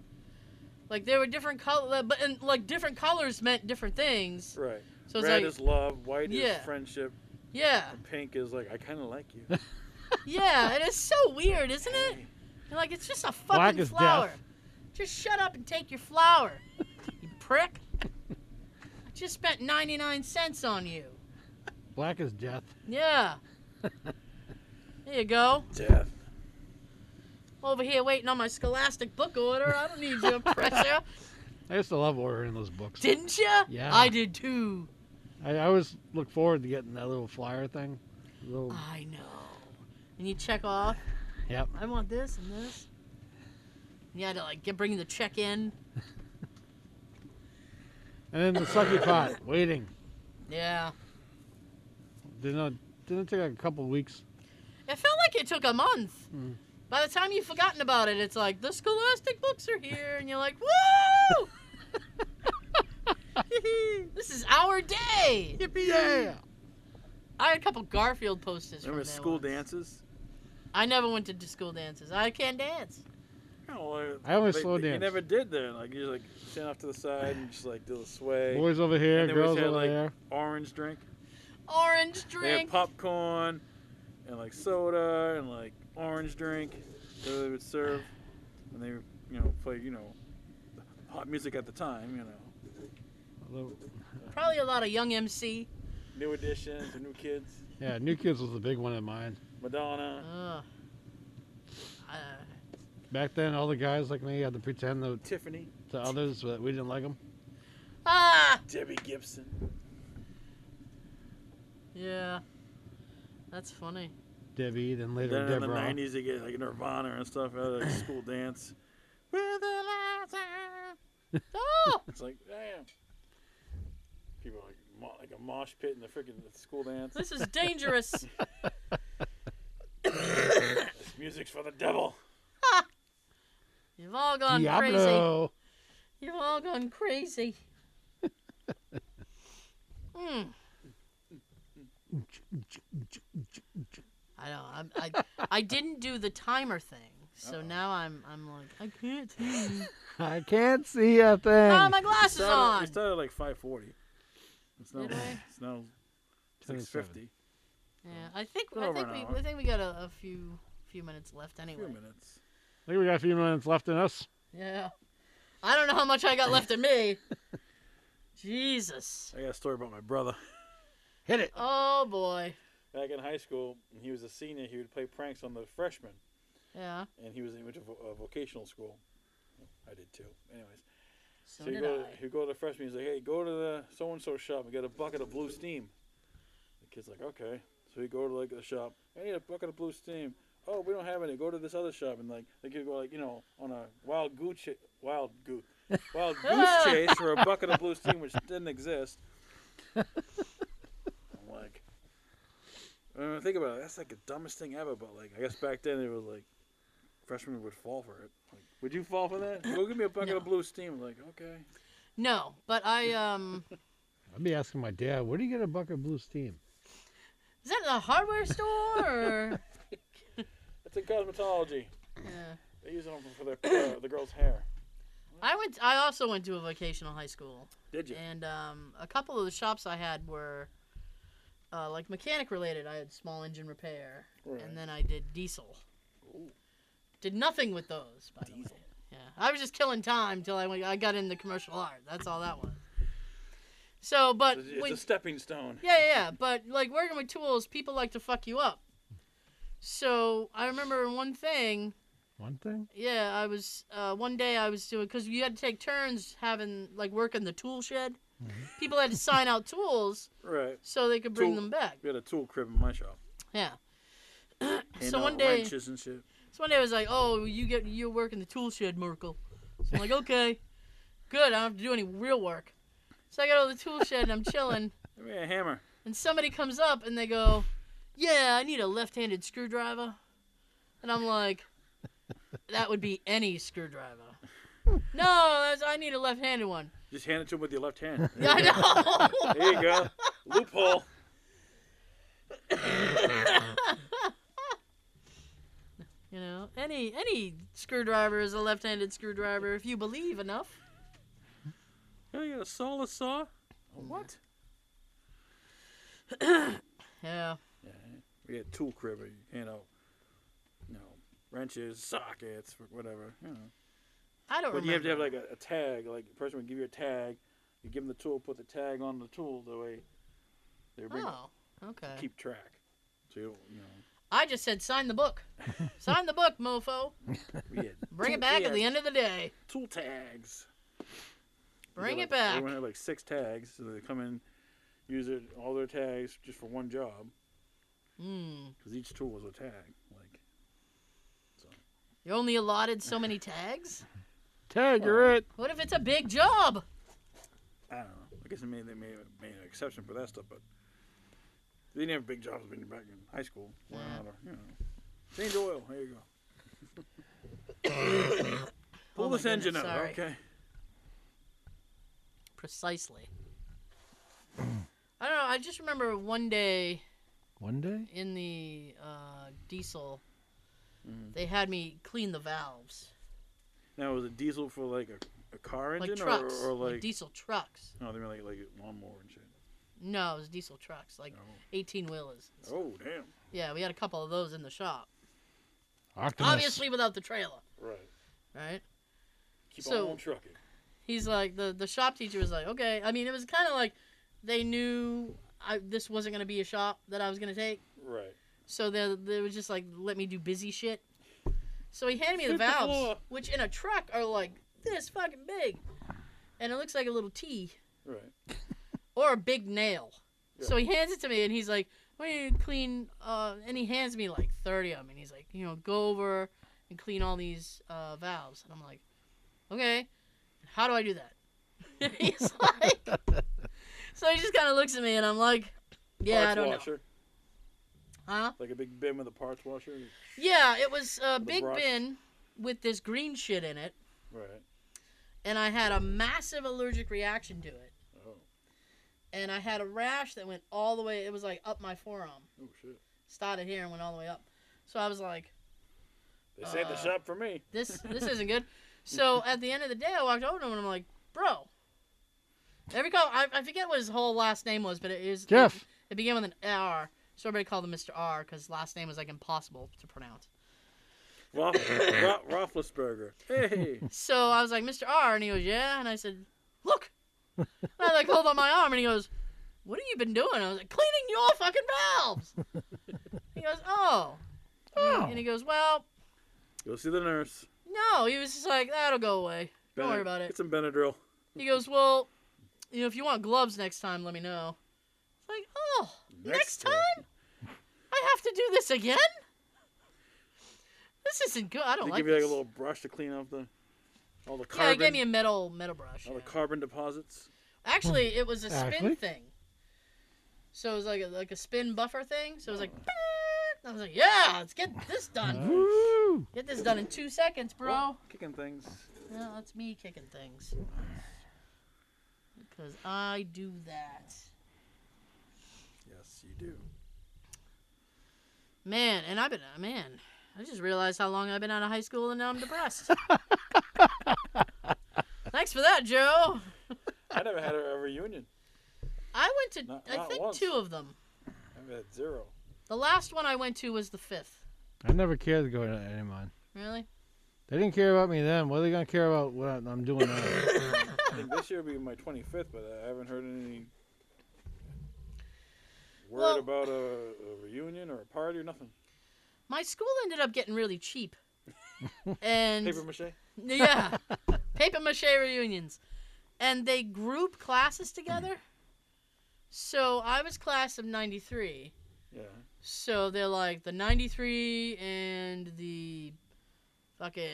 like there were different color but and like different colors meant different things. Right. So it's Red like is love, white Yeah. is friendship, Yeah. and pink is like, I kind of like you. Yeah, and it's so weird, isn't it? Hey, You're like it's just a Black fucking is death. flower. Just shut up and take your flower. you <laughs> prick. I just spent 99 cents on you. Black is death. Yeah. There you go. Death. Over here waiting on my scholastic book order. I don't need your pressure. I used to love ordering those books. Didn't you? Yeah. I did too. I, I always look forward to getting that little flyer thing. Little, I know. And you check off. Yep. I want this and this. And you had to like get bring the check in. and then the <laughs> sucky pot waiting. Yeah. Didn't didn't take like a couple weeks. It felt like it took a month. Mm. By the time you've forgotten about it, it's like the scholastic books are here, and you're like, woo! <laughs> this is our <laughs> day. Yippee! Yeah. I had a couple Garfield posters. Remember from there school once. dances? I never went to d- school dances. I can't dance. You know, like, I only they- slow they- You dance. never did that. Like you like stand off to the side and just like do the sway. Boys over here, And then we girls said, over like, there. Orange drink. Orange They had drink. popcorn and like soda and like orange drink that they would serve, and they you know play you know hot music at the time. You know, Although- Probably a lot of young MC. new additions, the new kids, Yeah, New Kids was the big one of mine. Madonna. Ugh. Uh, Back then, all the guys like me had to pretend to, Tiffany, to others that we didn't like them. ah, Debbie Gibson, yeah, that's funny. Debbie, then later then in the Deborah. '90s they get like Nirvana and stuff at like school dance. With the lights out. Oh, It's like damn, people are like mo- like a mosh pit in the freaking school <laughs> dance. this is dangerous. This music's for the devil. You've all gone crazy. Diablo. You've all gone crazy. <laughs> Hmm. I know. I'm, I I didn't do the timer thing, so now I'm I'm like I <laughs> can't. see. I can't see a thing. Now my glasses started, on. It started at like 5:40. It's now Did I? it's now Ten to 6:50. Yeah, I think It's I over think an we hour. I think we got a, a few few minutes left A anyway. few minutes. I think we got a few minutes left in us. Yeah, I don't know how much I got left in me. Jesus. I got a story about my brother. Hit it. Oh boy. Back in high school, when he was a senior, he would play pranks on the freshmen, Yeah. and he was he went to vo- uh, vocational school. I did too. Anyways, So, he did go I. he go to the freshman. He's like, hey, go to the so and so shop and get a bucket of blue steam. The kid's like, okay. So he go to like the shop. I need a bucket of blue steam. Oh, we don't have any. Go to this other shop and like they could go like you know on a wild goose ch- wild goose wild <laughs> goose chase for a bucket of blue steam which didn't exist. I'm like, I mean, think about it. That's like the dumbest thing ever. But like, I guess back then it was like freshmen would fall for it. Like, would you fall for that? Go give me a bucket of No. blue steam. I'm like, okay. No, but I um. I'd be asking my dad, where do you get a bucket of blue steam? Is that a hardware store? Or... It's in cosmetology. Yeah. They use them for their, uh, the girl's hair. I went. I also went to a vocational high school, Did you? and um, a couple of the shops I had were uh, like mechanic related. I had small engine repair, Right. and then I did diesel. Ooh. Did nothing with those. By The Diesel. way. Yeah, I was just killing time till I went. I got into commercial art. That's all that was. So, but It's, it's when, a stepping stone. Yeah, yeah, yeah. But like working with tools, people like to fuck you up. So I remember one thing. One thing? Yeah, I was uh, one day I was doing because you had to take turns having like work in the tool shed. People had to sign out tools Right. so they could bring Mm-hmm. Tool- them back. We had a tool crib in my shop. Yeah. And, so uh, one day, so wrenches and shit. one day I was like, "Oh, you get you work in the tool shed, Merkel." So I'm like, "Okay." Good, I don't have to do any real work. So I go to the tool shed and I'm chilling, Give me a hammer. and somebody comes up and they go, "Yeah, I need a left-handed screwdriver," and I'm like, "That would be any screwdriver." No, that's, I need a left-handed one. <laughs> Just hand it to him with your left hand. <laughs> Yeah, I know. There you go. Loophole. you know, any any screwdriver is a left-handed screwdriver if you believe enough. Oh, you got a solid saw? A what? Yeah. Yeah, we had tool crib, you know, you know, wrenches, sockets, whatever. You know. I don't But remember. you have to have like a, a tag. Like the person would give you a tag. You give them the tool, put the tag on the tool. That way, they bring Oh, okay. keep track. So you, don't, you know, I just said sign the book. sign the book, mofo. we <laughs> had Bring tool- it back we at the had end of the day. Tool tags. We Bring had, it like- back. Everyone had like six tags, so they come in, use it all their tags just for one job, Hmm. because each tool was a tag. Like You're only allotted so many tags? Tag, you're it. What if it's a big job? I don't know. I guess they made they made, made an exception for that stuff, but they didn't have big jobs when you back in high school. Why Yeah. not, or, you know. Change oil. There you go. Pull <coughs> Oh my this engine goodness, up. sorry. Okay. Precisely. I don't know. I just remember one day One day? in the uh, diesel, Mhm. they had me clean the valves. Now was it diesel for like a, a car engine Like trucks. or, or like, like diesel trucks. no, they mean like like a lawnmower and shit. No, it was diesel trucks, like Oh. 18 wheelers. Oh damn. Yeah, we had a couple of those in the shop. Octopus. Obviously without the trailer, Right. right? Keep So- on trucking. he's like the the shop teacher was like okay i mean it was kind of like they knew I, this wasn't going to be a shop that i was going to take Right. so they, they was just like let me do busy shit so he handed me the Sweep the valves floor. which in a truck are like this fucking big and it looks like a little t Right. or a big nail so Yeah. he hands it to me and he's like what do you clean uh, and he hands me like 30 of them and he's like you know go over and clean all these uh, valves and i'm like okay how do i do that <laughs> he's like so he just kind of looks at me and i'm like yeah parts i don't washer. know huh Like a big bin with a parts washer. yeah it was a With a big brush. bin with this green shit in it Right. and i had a massive allergic reaction to it Oh. and i had a rash that went all the way it was like up my forearm Oh shit. started here and went all the way up so i was like They saved the Uh, shop for me. this this isn't good. <laughs> So at the end of the day, I walked over to him and I'm like, bro. Every call, I, I forget what his whole last name was, but it is Jeff. It, began with an R, so everybody called him Mr. R because last name was like impossible <laughs> to pronounce. <coughs> Roff- Ro- Roethlisberger. Hey. So I was like, Mr. R, and he goes, yeah, and I said, look. And I like hold on my arm, and he goes, what have you been doing? I was like, cleaning your fucking <laughs> valves. he goes, oh. Oh. And he goes, well, Go see the nurse. no. He was just like, that'll go away. Don't worry Bened- about it. Get some Benadryl. He goes, Well, you know, if you want gloves next time, let me know. It's like, Oh, next, time? I have to do this again? This isn't good. I They don't give like you like this. a little brush to clean off the all the yeah, he carbon, gave me a metal metal brush. all the yeah. carbon deposits. Actually, it was a spin Actually? thing. So it was like a, like a spin buffer thing. So it was like, "Beep." I was like, yeah, let's get this done. Woo! Get this done in two seconds, bro. Oh, kicking things. No, that's me kicking things. Because I do that. Yes, you do. Man, and I've been man. I just realized how long I've been out of high school, and now I'm depressed. Thanks for that, Joe. I never had a, a reunion. I went to Not- I not think once. two of them. I've had zero. The last one I went to was the fifth. I never cared to go to anyone. Really? They didn't care about me then. What are they gonna care about what I'm doing now? <laughs> I think this year will be my 25th, but I haven't heard any word Well- about a, a reunion or a party or nothing. My school ended up getting really cheap. and Paper mache. <laughs> yeah, paper mache reunions, and they group classes together. So I was class of '93. Yeah. So they're like the 93 and the fucking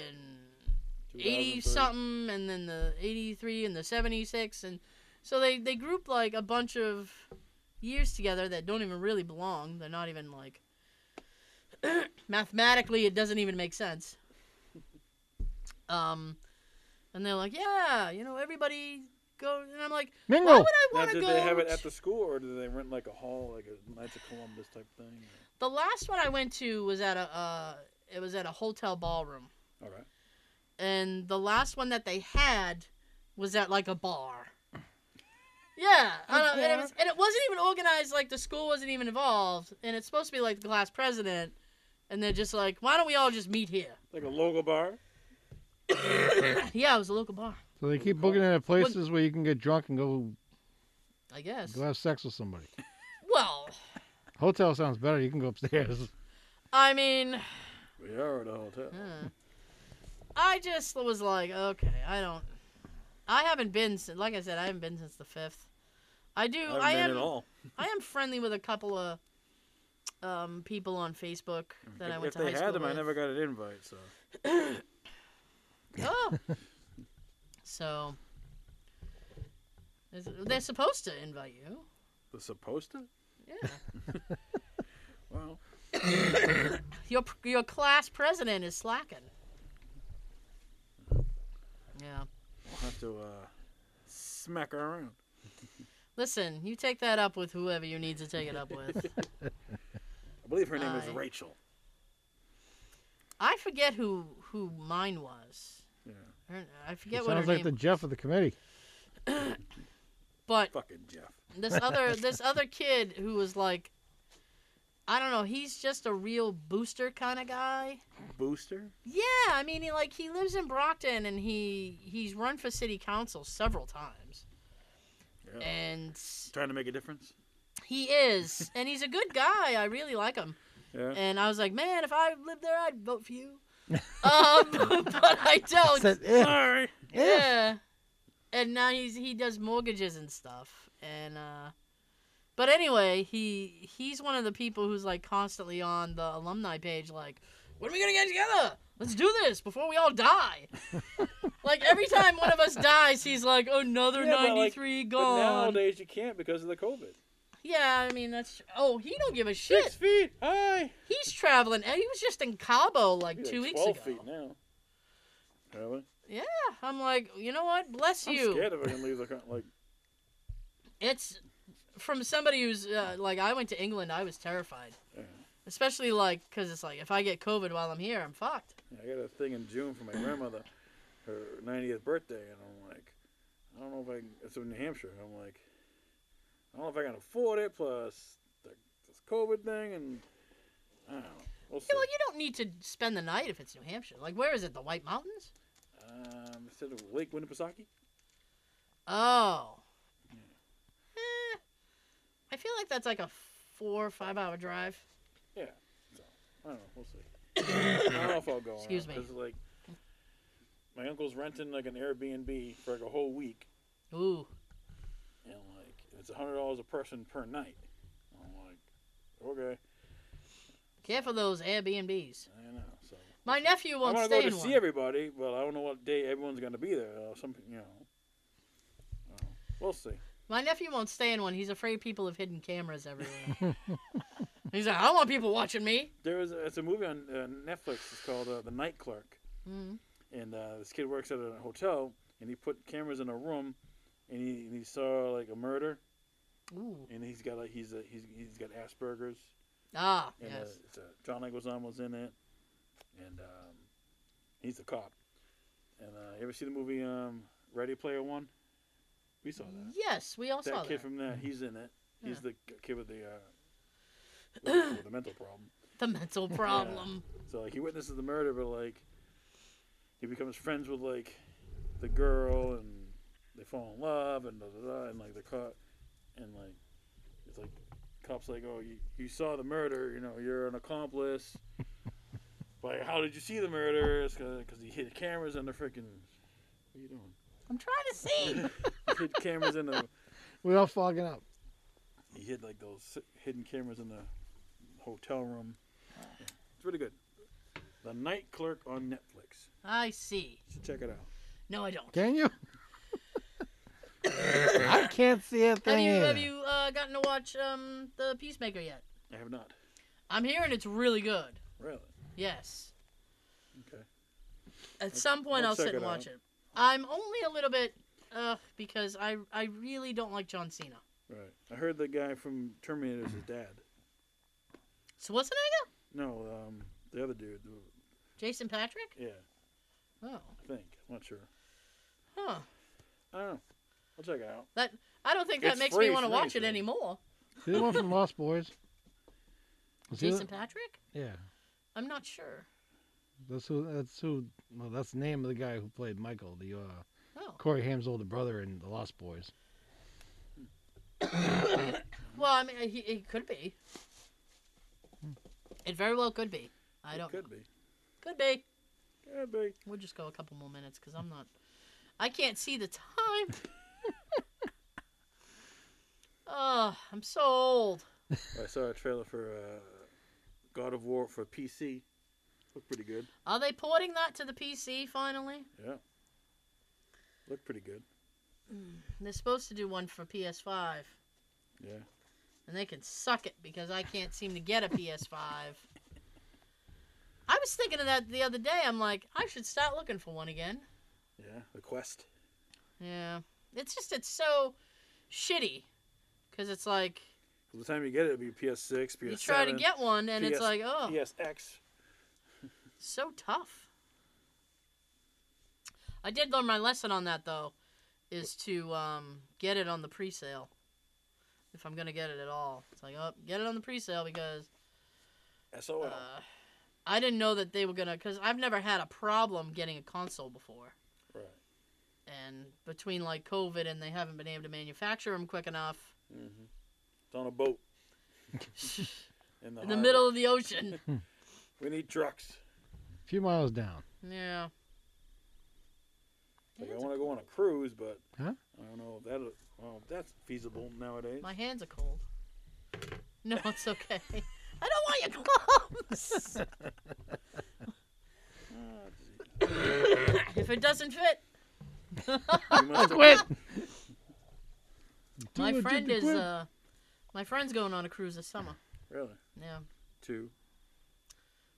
80 2003. something and then the 83 and the 76 and so they they group like a bunch of years together that don't even really belong they're not even like <clears throat> mathematically it doesn't even make sense um and they're like yeah you know everybody go and i'm like why would Mingle. i Now, want to did go they have it to- at the school, or did they rent like a hall, like a Knights of Columbus type thing? the last one i went to was at a uh, it was at a hotel ballroom All right. and the last one that they had was at like a bar. Yeah, I don't- and it was, and it wasn't even organized. Like the school wasn't even involved, and it's supposed to be like the class president, and they're just like, why don't we all just meet here? Like a logo bar? yeah, it was a local bar, So they keep booking it at places where you can get drunk and go I guess. go have sex with somebody. Well, Hotel sounds better. You can go upstairs. I mean, We are at a hotel. uh, I just was like, okay, I don't. I haven't been since, like I said, I haven't been since the fifth. I do. I I, haven't been at am. all. I am friendly with a couple of um, people on Facebook that if I went if to they high had school them, with. I never got an invite. So Oh. so is- they're supposed to invite you. they're supposed to. Yeah. Well, your your class president is slacking. Yeah. we'll have to uh, smack her around. Listen, you take that up with whoever you need to take it up with. I believe her name is Aye. Rachel. I forget who who mine was. Yeah. Her- I forget It what her sounds like name. the Jeff of the committee. but Fucking Jeff. this other this other kid who was like I don't know, he's just a real booster kind of guy. Booster. Yeah, I mean he like he lives in Brockton and he he's run for city council several times. Yeah. And s- Trying to make a difference. he is and he's a good guy. I really <laughs> like him. Yeah. And I was like, "Man, if I lived there, I'd vote for you." <laughs> um, <laughs> but <laughs> I don't. Said, "Eh, Sorry. Yeah. And now he's he does mortgages and stuff. And uh but anyway, he he's one of the people who's like constantly on the alumni page like, When are we gonna get together? Let's do this before we all die. <laughs> like every time one of us dies, he's like, Another Yeah, but, like, ninety <laughs> three But gone. nowadays you can't because of the COVID. yeah, I mean that's oh, he don't give a shit. Six feet high. He's traveling and he was just in Cabo like He's two like weeks 12 ago. feet now. Really? Yeah. I'm like, you know what? Bless I'm you. scared if I can leave the con- like. it's from somebody who's uh, like I went to England. I was terrified, Yeah. especially like because it's like if I get COVID while I'm here, I'm fucked. I got a thing in June for my grandmother, her 90th birthday, and I'm like, I don't know if I can. It's in New Hampshire. I'm like, I don't know if I can afford it. Plus the, this COVID thing, and I don't know. We'll see. Yeah, well, you don't need to spend the night if it's New Hampshire. Like, where is it? The White Mountains? um, instead of Lake Winnipesaukee, Oh. Eh, I feel like that's like a four or five hour drive. I don't know. We'll <coughs> see. I don't know if I'll go. or not, Excuse me. 'cause, like, my uncle's renting like an Airbnb for like a whole week, Ooh. and like it's a hundred dollars a person per night. I'm like, okay, Careful those Airbnbs. I know. So My nephew I won't want to stay go to in see one. everybody, but I don't know what day everyone's gonna be there. Uh, some, you know, Uh, we'll see. My nephew won't stay in one. He's afraid people have hidden cameras everywhere. <laughs> He's like, I don't want people watching me. There was it's a movie on uh, Netflix. It's called uh, The Night Clerk, Mm. and uh, this kid works at a hotel, and he put cameras in a room, and he, and he saw like a murder, Ooh. and he's got like he's a, he's he's got Asperger's, Ah, and uh, yes. it's, uh, John Leguizamo was in it, and um, he's the cop. And uh, you ever see the movie um, Ready Player One? We saw that. Yes, we all Mm-hmm. that saw that. Mm-hmm. kid from that, he's in it. He's Yeah. the k- kid with the <clears throat> uh, with, with the mental problem. the mental problem. So like he witnesses the murder, but like he becomes friends with like the girl, and they fall in love, and da da da, and like the cop, and like it's like cops like, oh, you, you saw the murder, you know, you're an accomplice. But how did you see the murder? It's because he hid cameras in the freaking. What are you doing? I'm trying <laughs> to see. He hid cameras in the. We're all fogging up. He hid like those si- hidden cameras in the hotel room. Yeah, It's really good. The Night Clerk on Netflix. I see. You should check it out. No, I don't. Can you? <laughs> I can't see a thing. Have you have either. you uh, gotten to watch um the Peacemaker yet? I have not. I'm hearing it's really good. Really? Yes. Okay. At some point, I'll I'll sit check and it watch out. it. I'm only a little bit uh because I I really don't like John Cena. Right. I heard the guy from Terminator's his dad. Schwarzenegger? No, um, the other dude. the- Jason Patrick? Yeah, Oh, I think. I'm not sure. huh. I don't know. I'll check it out. I don't think that It's makes free me want to for watch it anything. anymore. See the one from Lost Boys? Was he Jason the- Patrick? Yeah. I'm not sure. That's who. That's who. Well, that's the name of the guy who played Michael, the uh, Oh. Corey Haim's older brother in The Lost Boys. Well, I mean, he, he could be. It very well could be. I It don't. Could know. be. Could be. Could be. We'll just go a couple more minutes because I'm not. I can't see the time. oh, I'm so old. I saw a trailer for uh, God of War for PC. Looked pretty good. Are they porting that to the PC finally? Yeah. Looked pretty good. They're supposed to do one for PS5, Yeah. and they can suck it because I can't seem to get a PS5. I was thinking of that the other day. I'm like, I should start looking for one again. Yeah. The Quest. Yeah. It's just, it's so shitty because it's like, By the time you get it, it'll be PS6, PS7. you try to get one and it's PS like, oh. PSX. So tough. I did learn my lesson on that though, is to um, get it on the pre-sale. If I'm gonna get it at all, it's like, oh, get it on the pre-sale because SOL. uh, I didn't know that they were gonna. Cause I've never had a problem getting a console before. right. And between like COVID and they haven't been able to manufacture them quick enough hmm It's on a <laughs> boat. In the, in the harbor. middle of the ocean. <laughs> We need trucks. A few miles down. yeah. Like, I Hands- want to go on a cruise, but Huh? I don't know if that well, if that's feasible nowadays. My hands are cold. No, it's okay. I don't want your gloves. Ah, gee. <laughs> if it doesn't fit, You must have- <laughs> Quit. my Dude, friend dude, is quit. uh, my friend's going on a cruise this summer. Really? Yeah, Two.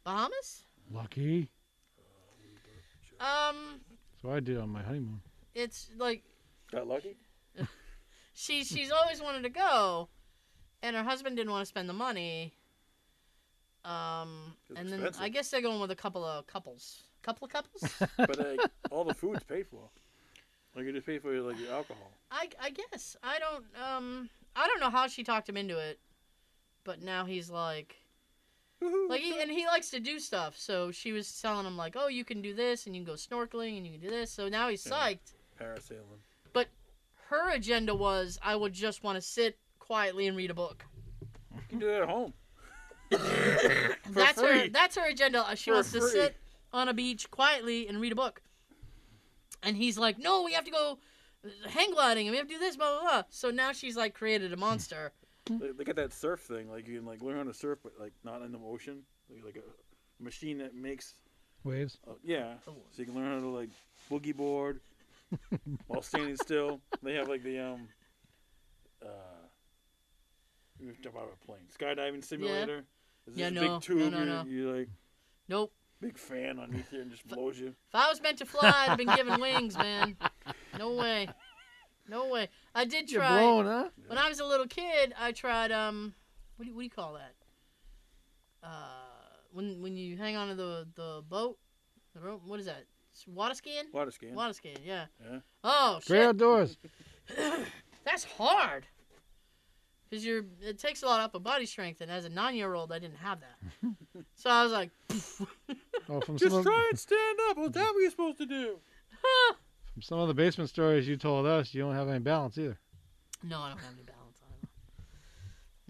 Bahamas. lucky. Um, That's what I did on my honeymoon. it's like Got lucky? she she's always wanted to go, and her husband didn't want to spend the money. Um, It's and then I expensive. guess they're going with a couple of couples, couple of couples. <laughs> But like, all the food's paid for. Like you just pay for like your alcohol. I, I guess I don't um I don't know how she talked him into it, but now he's like, like he, and he likes to do stuff. So she was telling him like, oh, you can do this and you can go snorkeling and you can do this. So now he's Yeah. psyched. Parasailing. Her agenda was I would just want to sit quietly and read a book. You can do that at home. For that's her free. that's her agenda. Uh, She For wants to free. sit on a beach quietly and read a book. And he's like, no, we have to go uh, hang gliding and we have to do this, blah blah blah. So now she's like created a monster. They, they got that surf thing. Like you can like learn how to surf, but like not in the ocean. Like, like a machine that makes. Waves. Uh, yeah. So Oh. you can learn how to like boogie <laughs> board while standing still. They have like the um. Uh, we were talking about a plane skydiving simulator. There's Yeah, this no, big tube. no, no, you're- no. You're like Nope. big fan underneath you and just blows you. If I was meant to fly, I'd have been given wings, man. No way. No way. I did You're try. blown, huh? When I was a little kid, I tried um, what do you, what do you call that? Uh, when when you hang onto the the boat, the rope. What is that? It's water skiing. Water scan. Water skiing. Yeah. Yeah. Oh Great shit, outdoors. that's hard. Cause you're it takes a lot up of body strength, and as a nine year old, I didn't have that. so I was like, <laughs> Oh, <laughs> from some, Just of, try and stand up. What's that what you supposed to do? from some of the basement stories you told us, you don't have any balance either. no, I don't have any balance. I don't.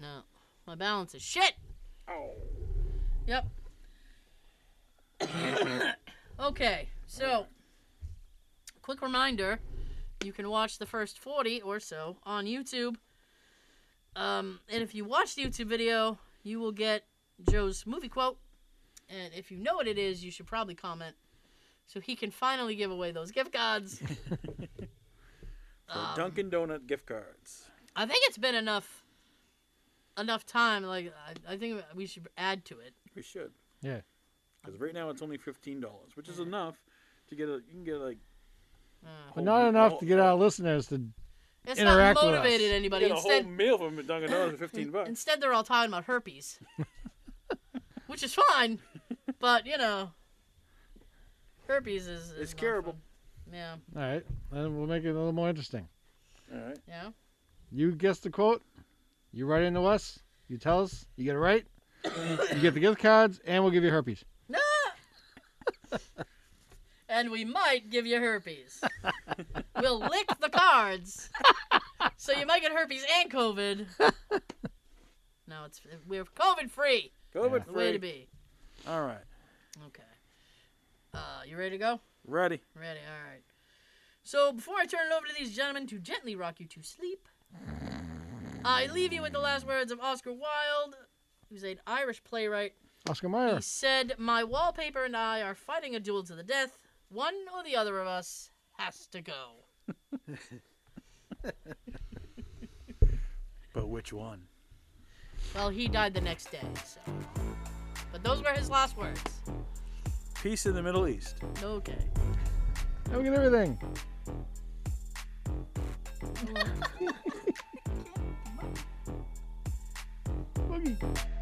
No, my balance is shit. Oh. Yep. <coughs> okay, so quick reminder you can watch the first 40 or so on YouTube. Um, and if you watch the YouTube video, you will get Joe's movie quote. And if you know what it is, you should probably comment so he can finally give away those gift cards. For Um, Dunkin' Donut gift cards. I think it's been enough enough time. Like I, I think we should add to it. We should. Yeah. Because right now it's only fifteen dollars, which is enough to get a. You can get like Uh, But Oh, not we- enough oh, to get our listeners to. it's Interact not with us. motivated anybody. get a Instead, whole meal from Dunkin' Donuts for fifteen bucks. Instead, they're all talking about herpes, <laughs> which is fine, but you know, herpes is, is It's not curable. fun. Yeah, All right, then we'll make it a little more interesting. All right. yeah. You guess the quote. You write into us. You tell us. You get it right. you get the gift cards, and we'll give you herpes. No. <laughs> and we might give you herpes. we'll lick the cards, so you might get herpes and COVID. No, it's we're COVID free. COVID The way to free. be. All right. Okay. Uh, you ready to go? Ready. Ready, all right. So before I turn it over to these gentlemen to gently rock you to sleep, I leave you with the last words of Oscar Wilde, who's an Irish playwright. Oscar He Mayer. said, My wallpaper and I are fighting a duel to the death. One or the other of us has to go. But which one? Well, he died the next day, so. But those were his last words. Peace in the Middle East. Okay. And we get everything. Boogie.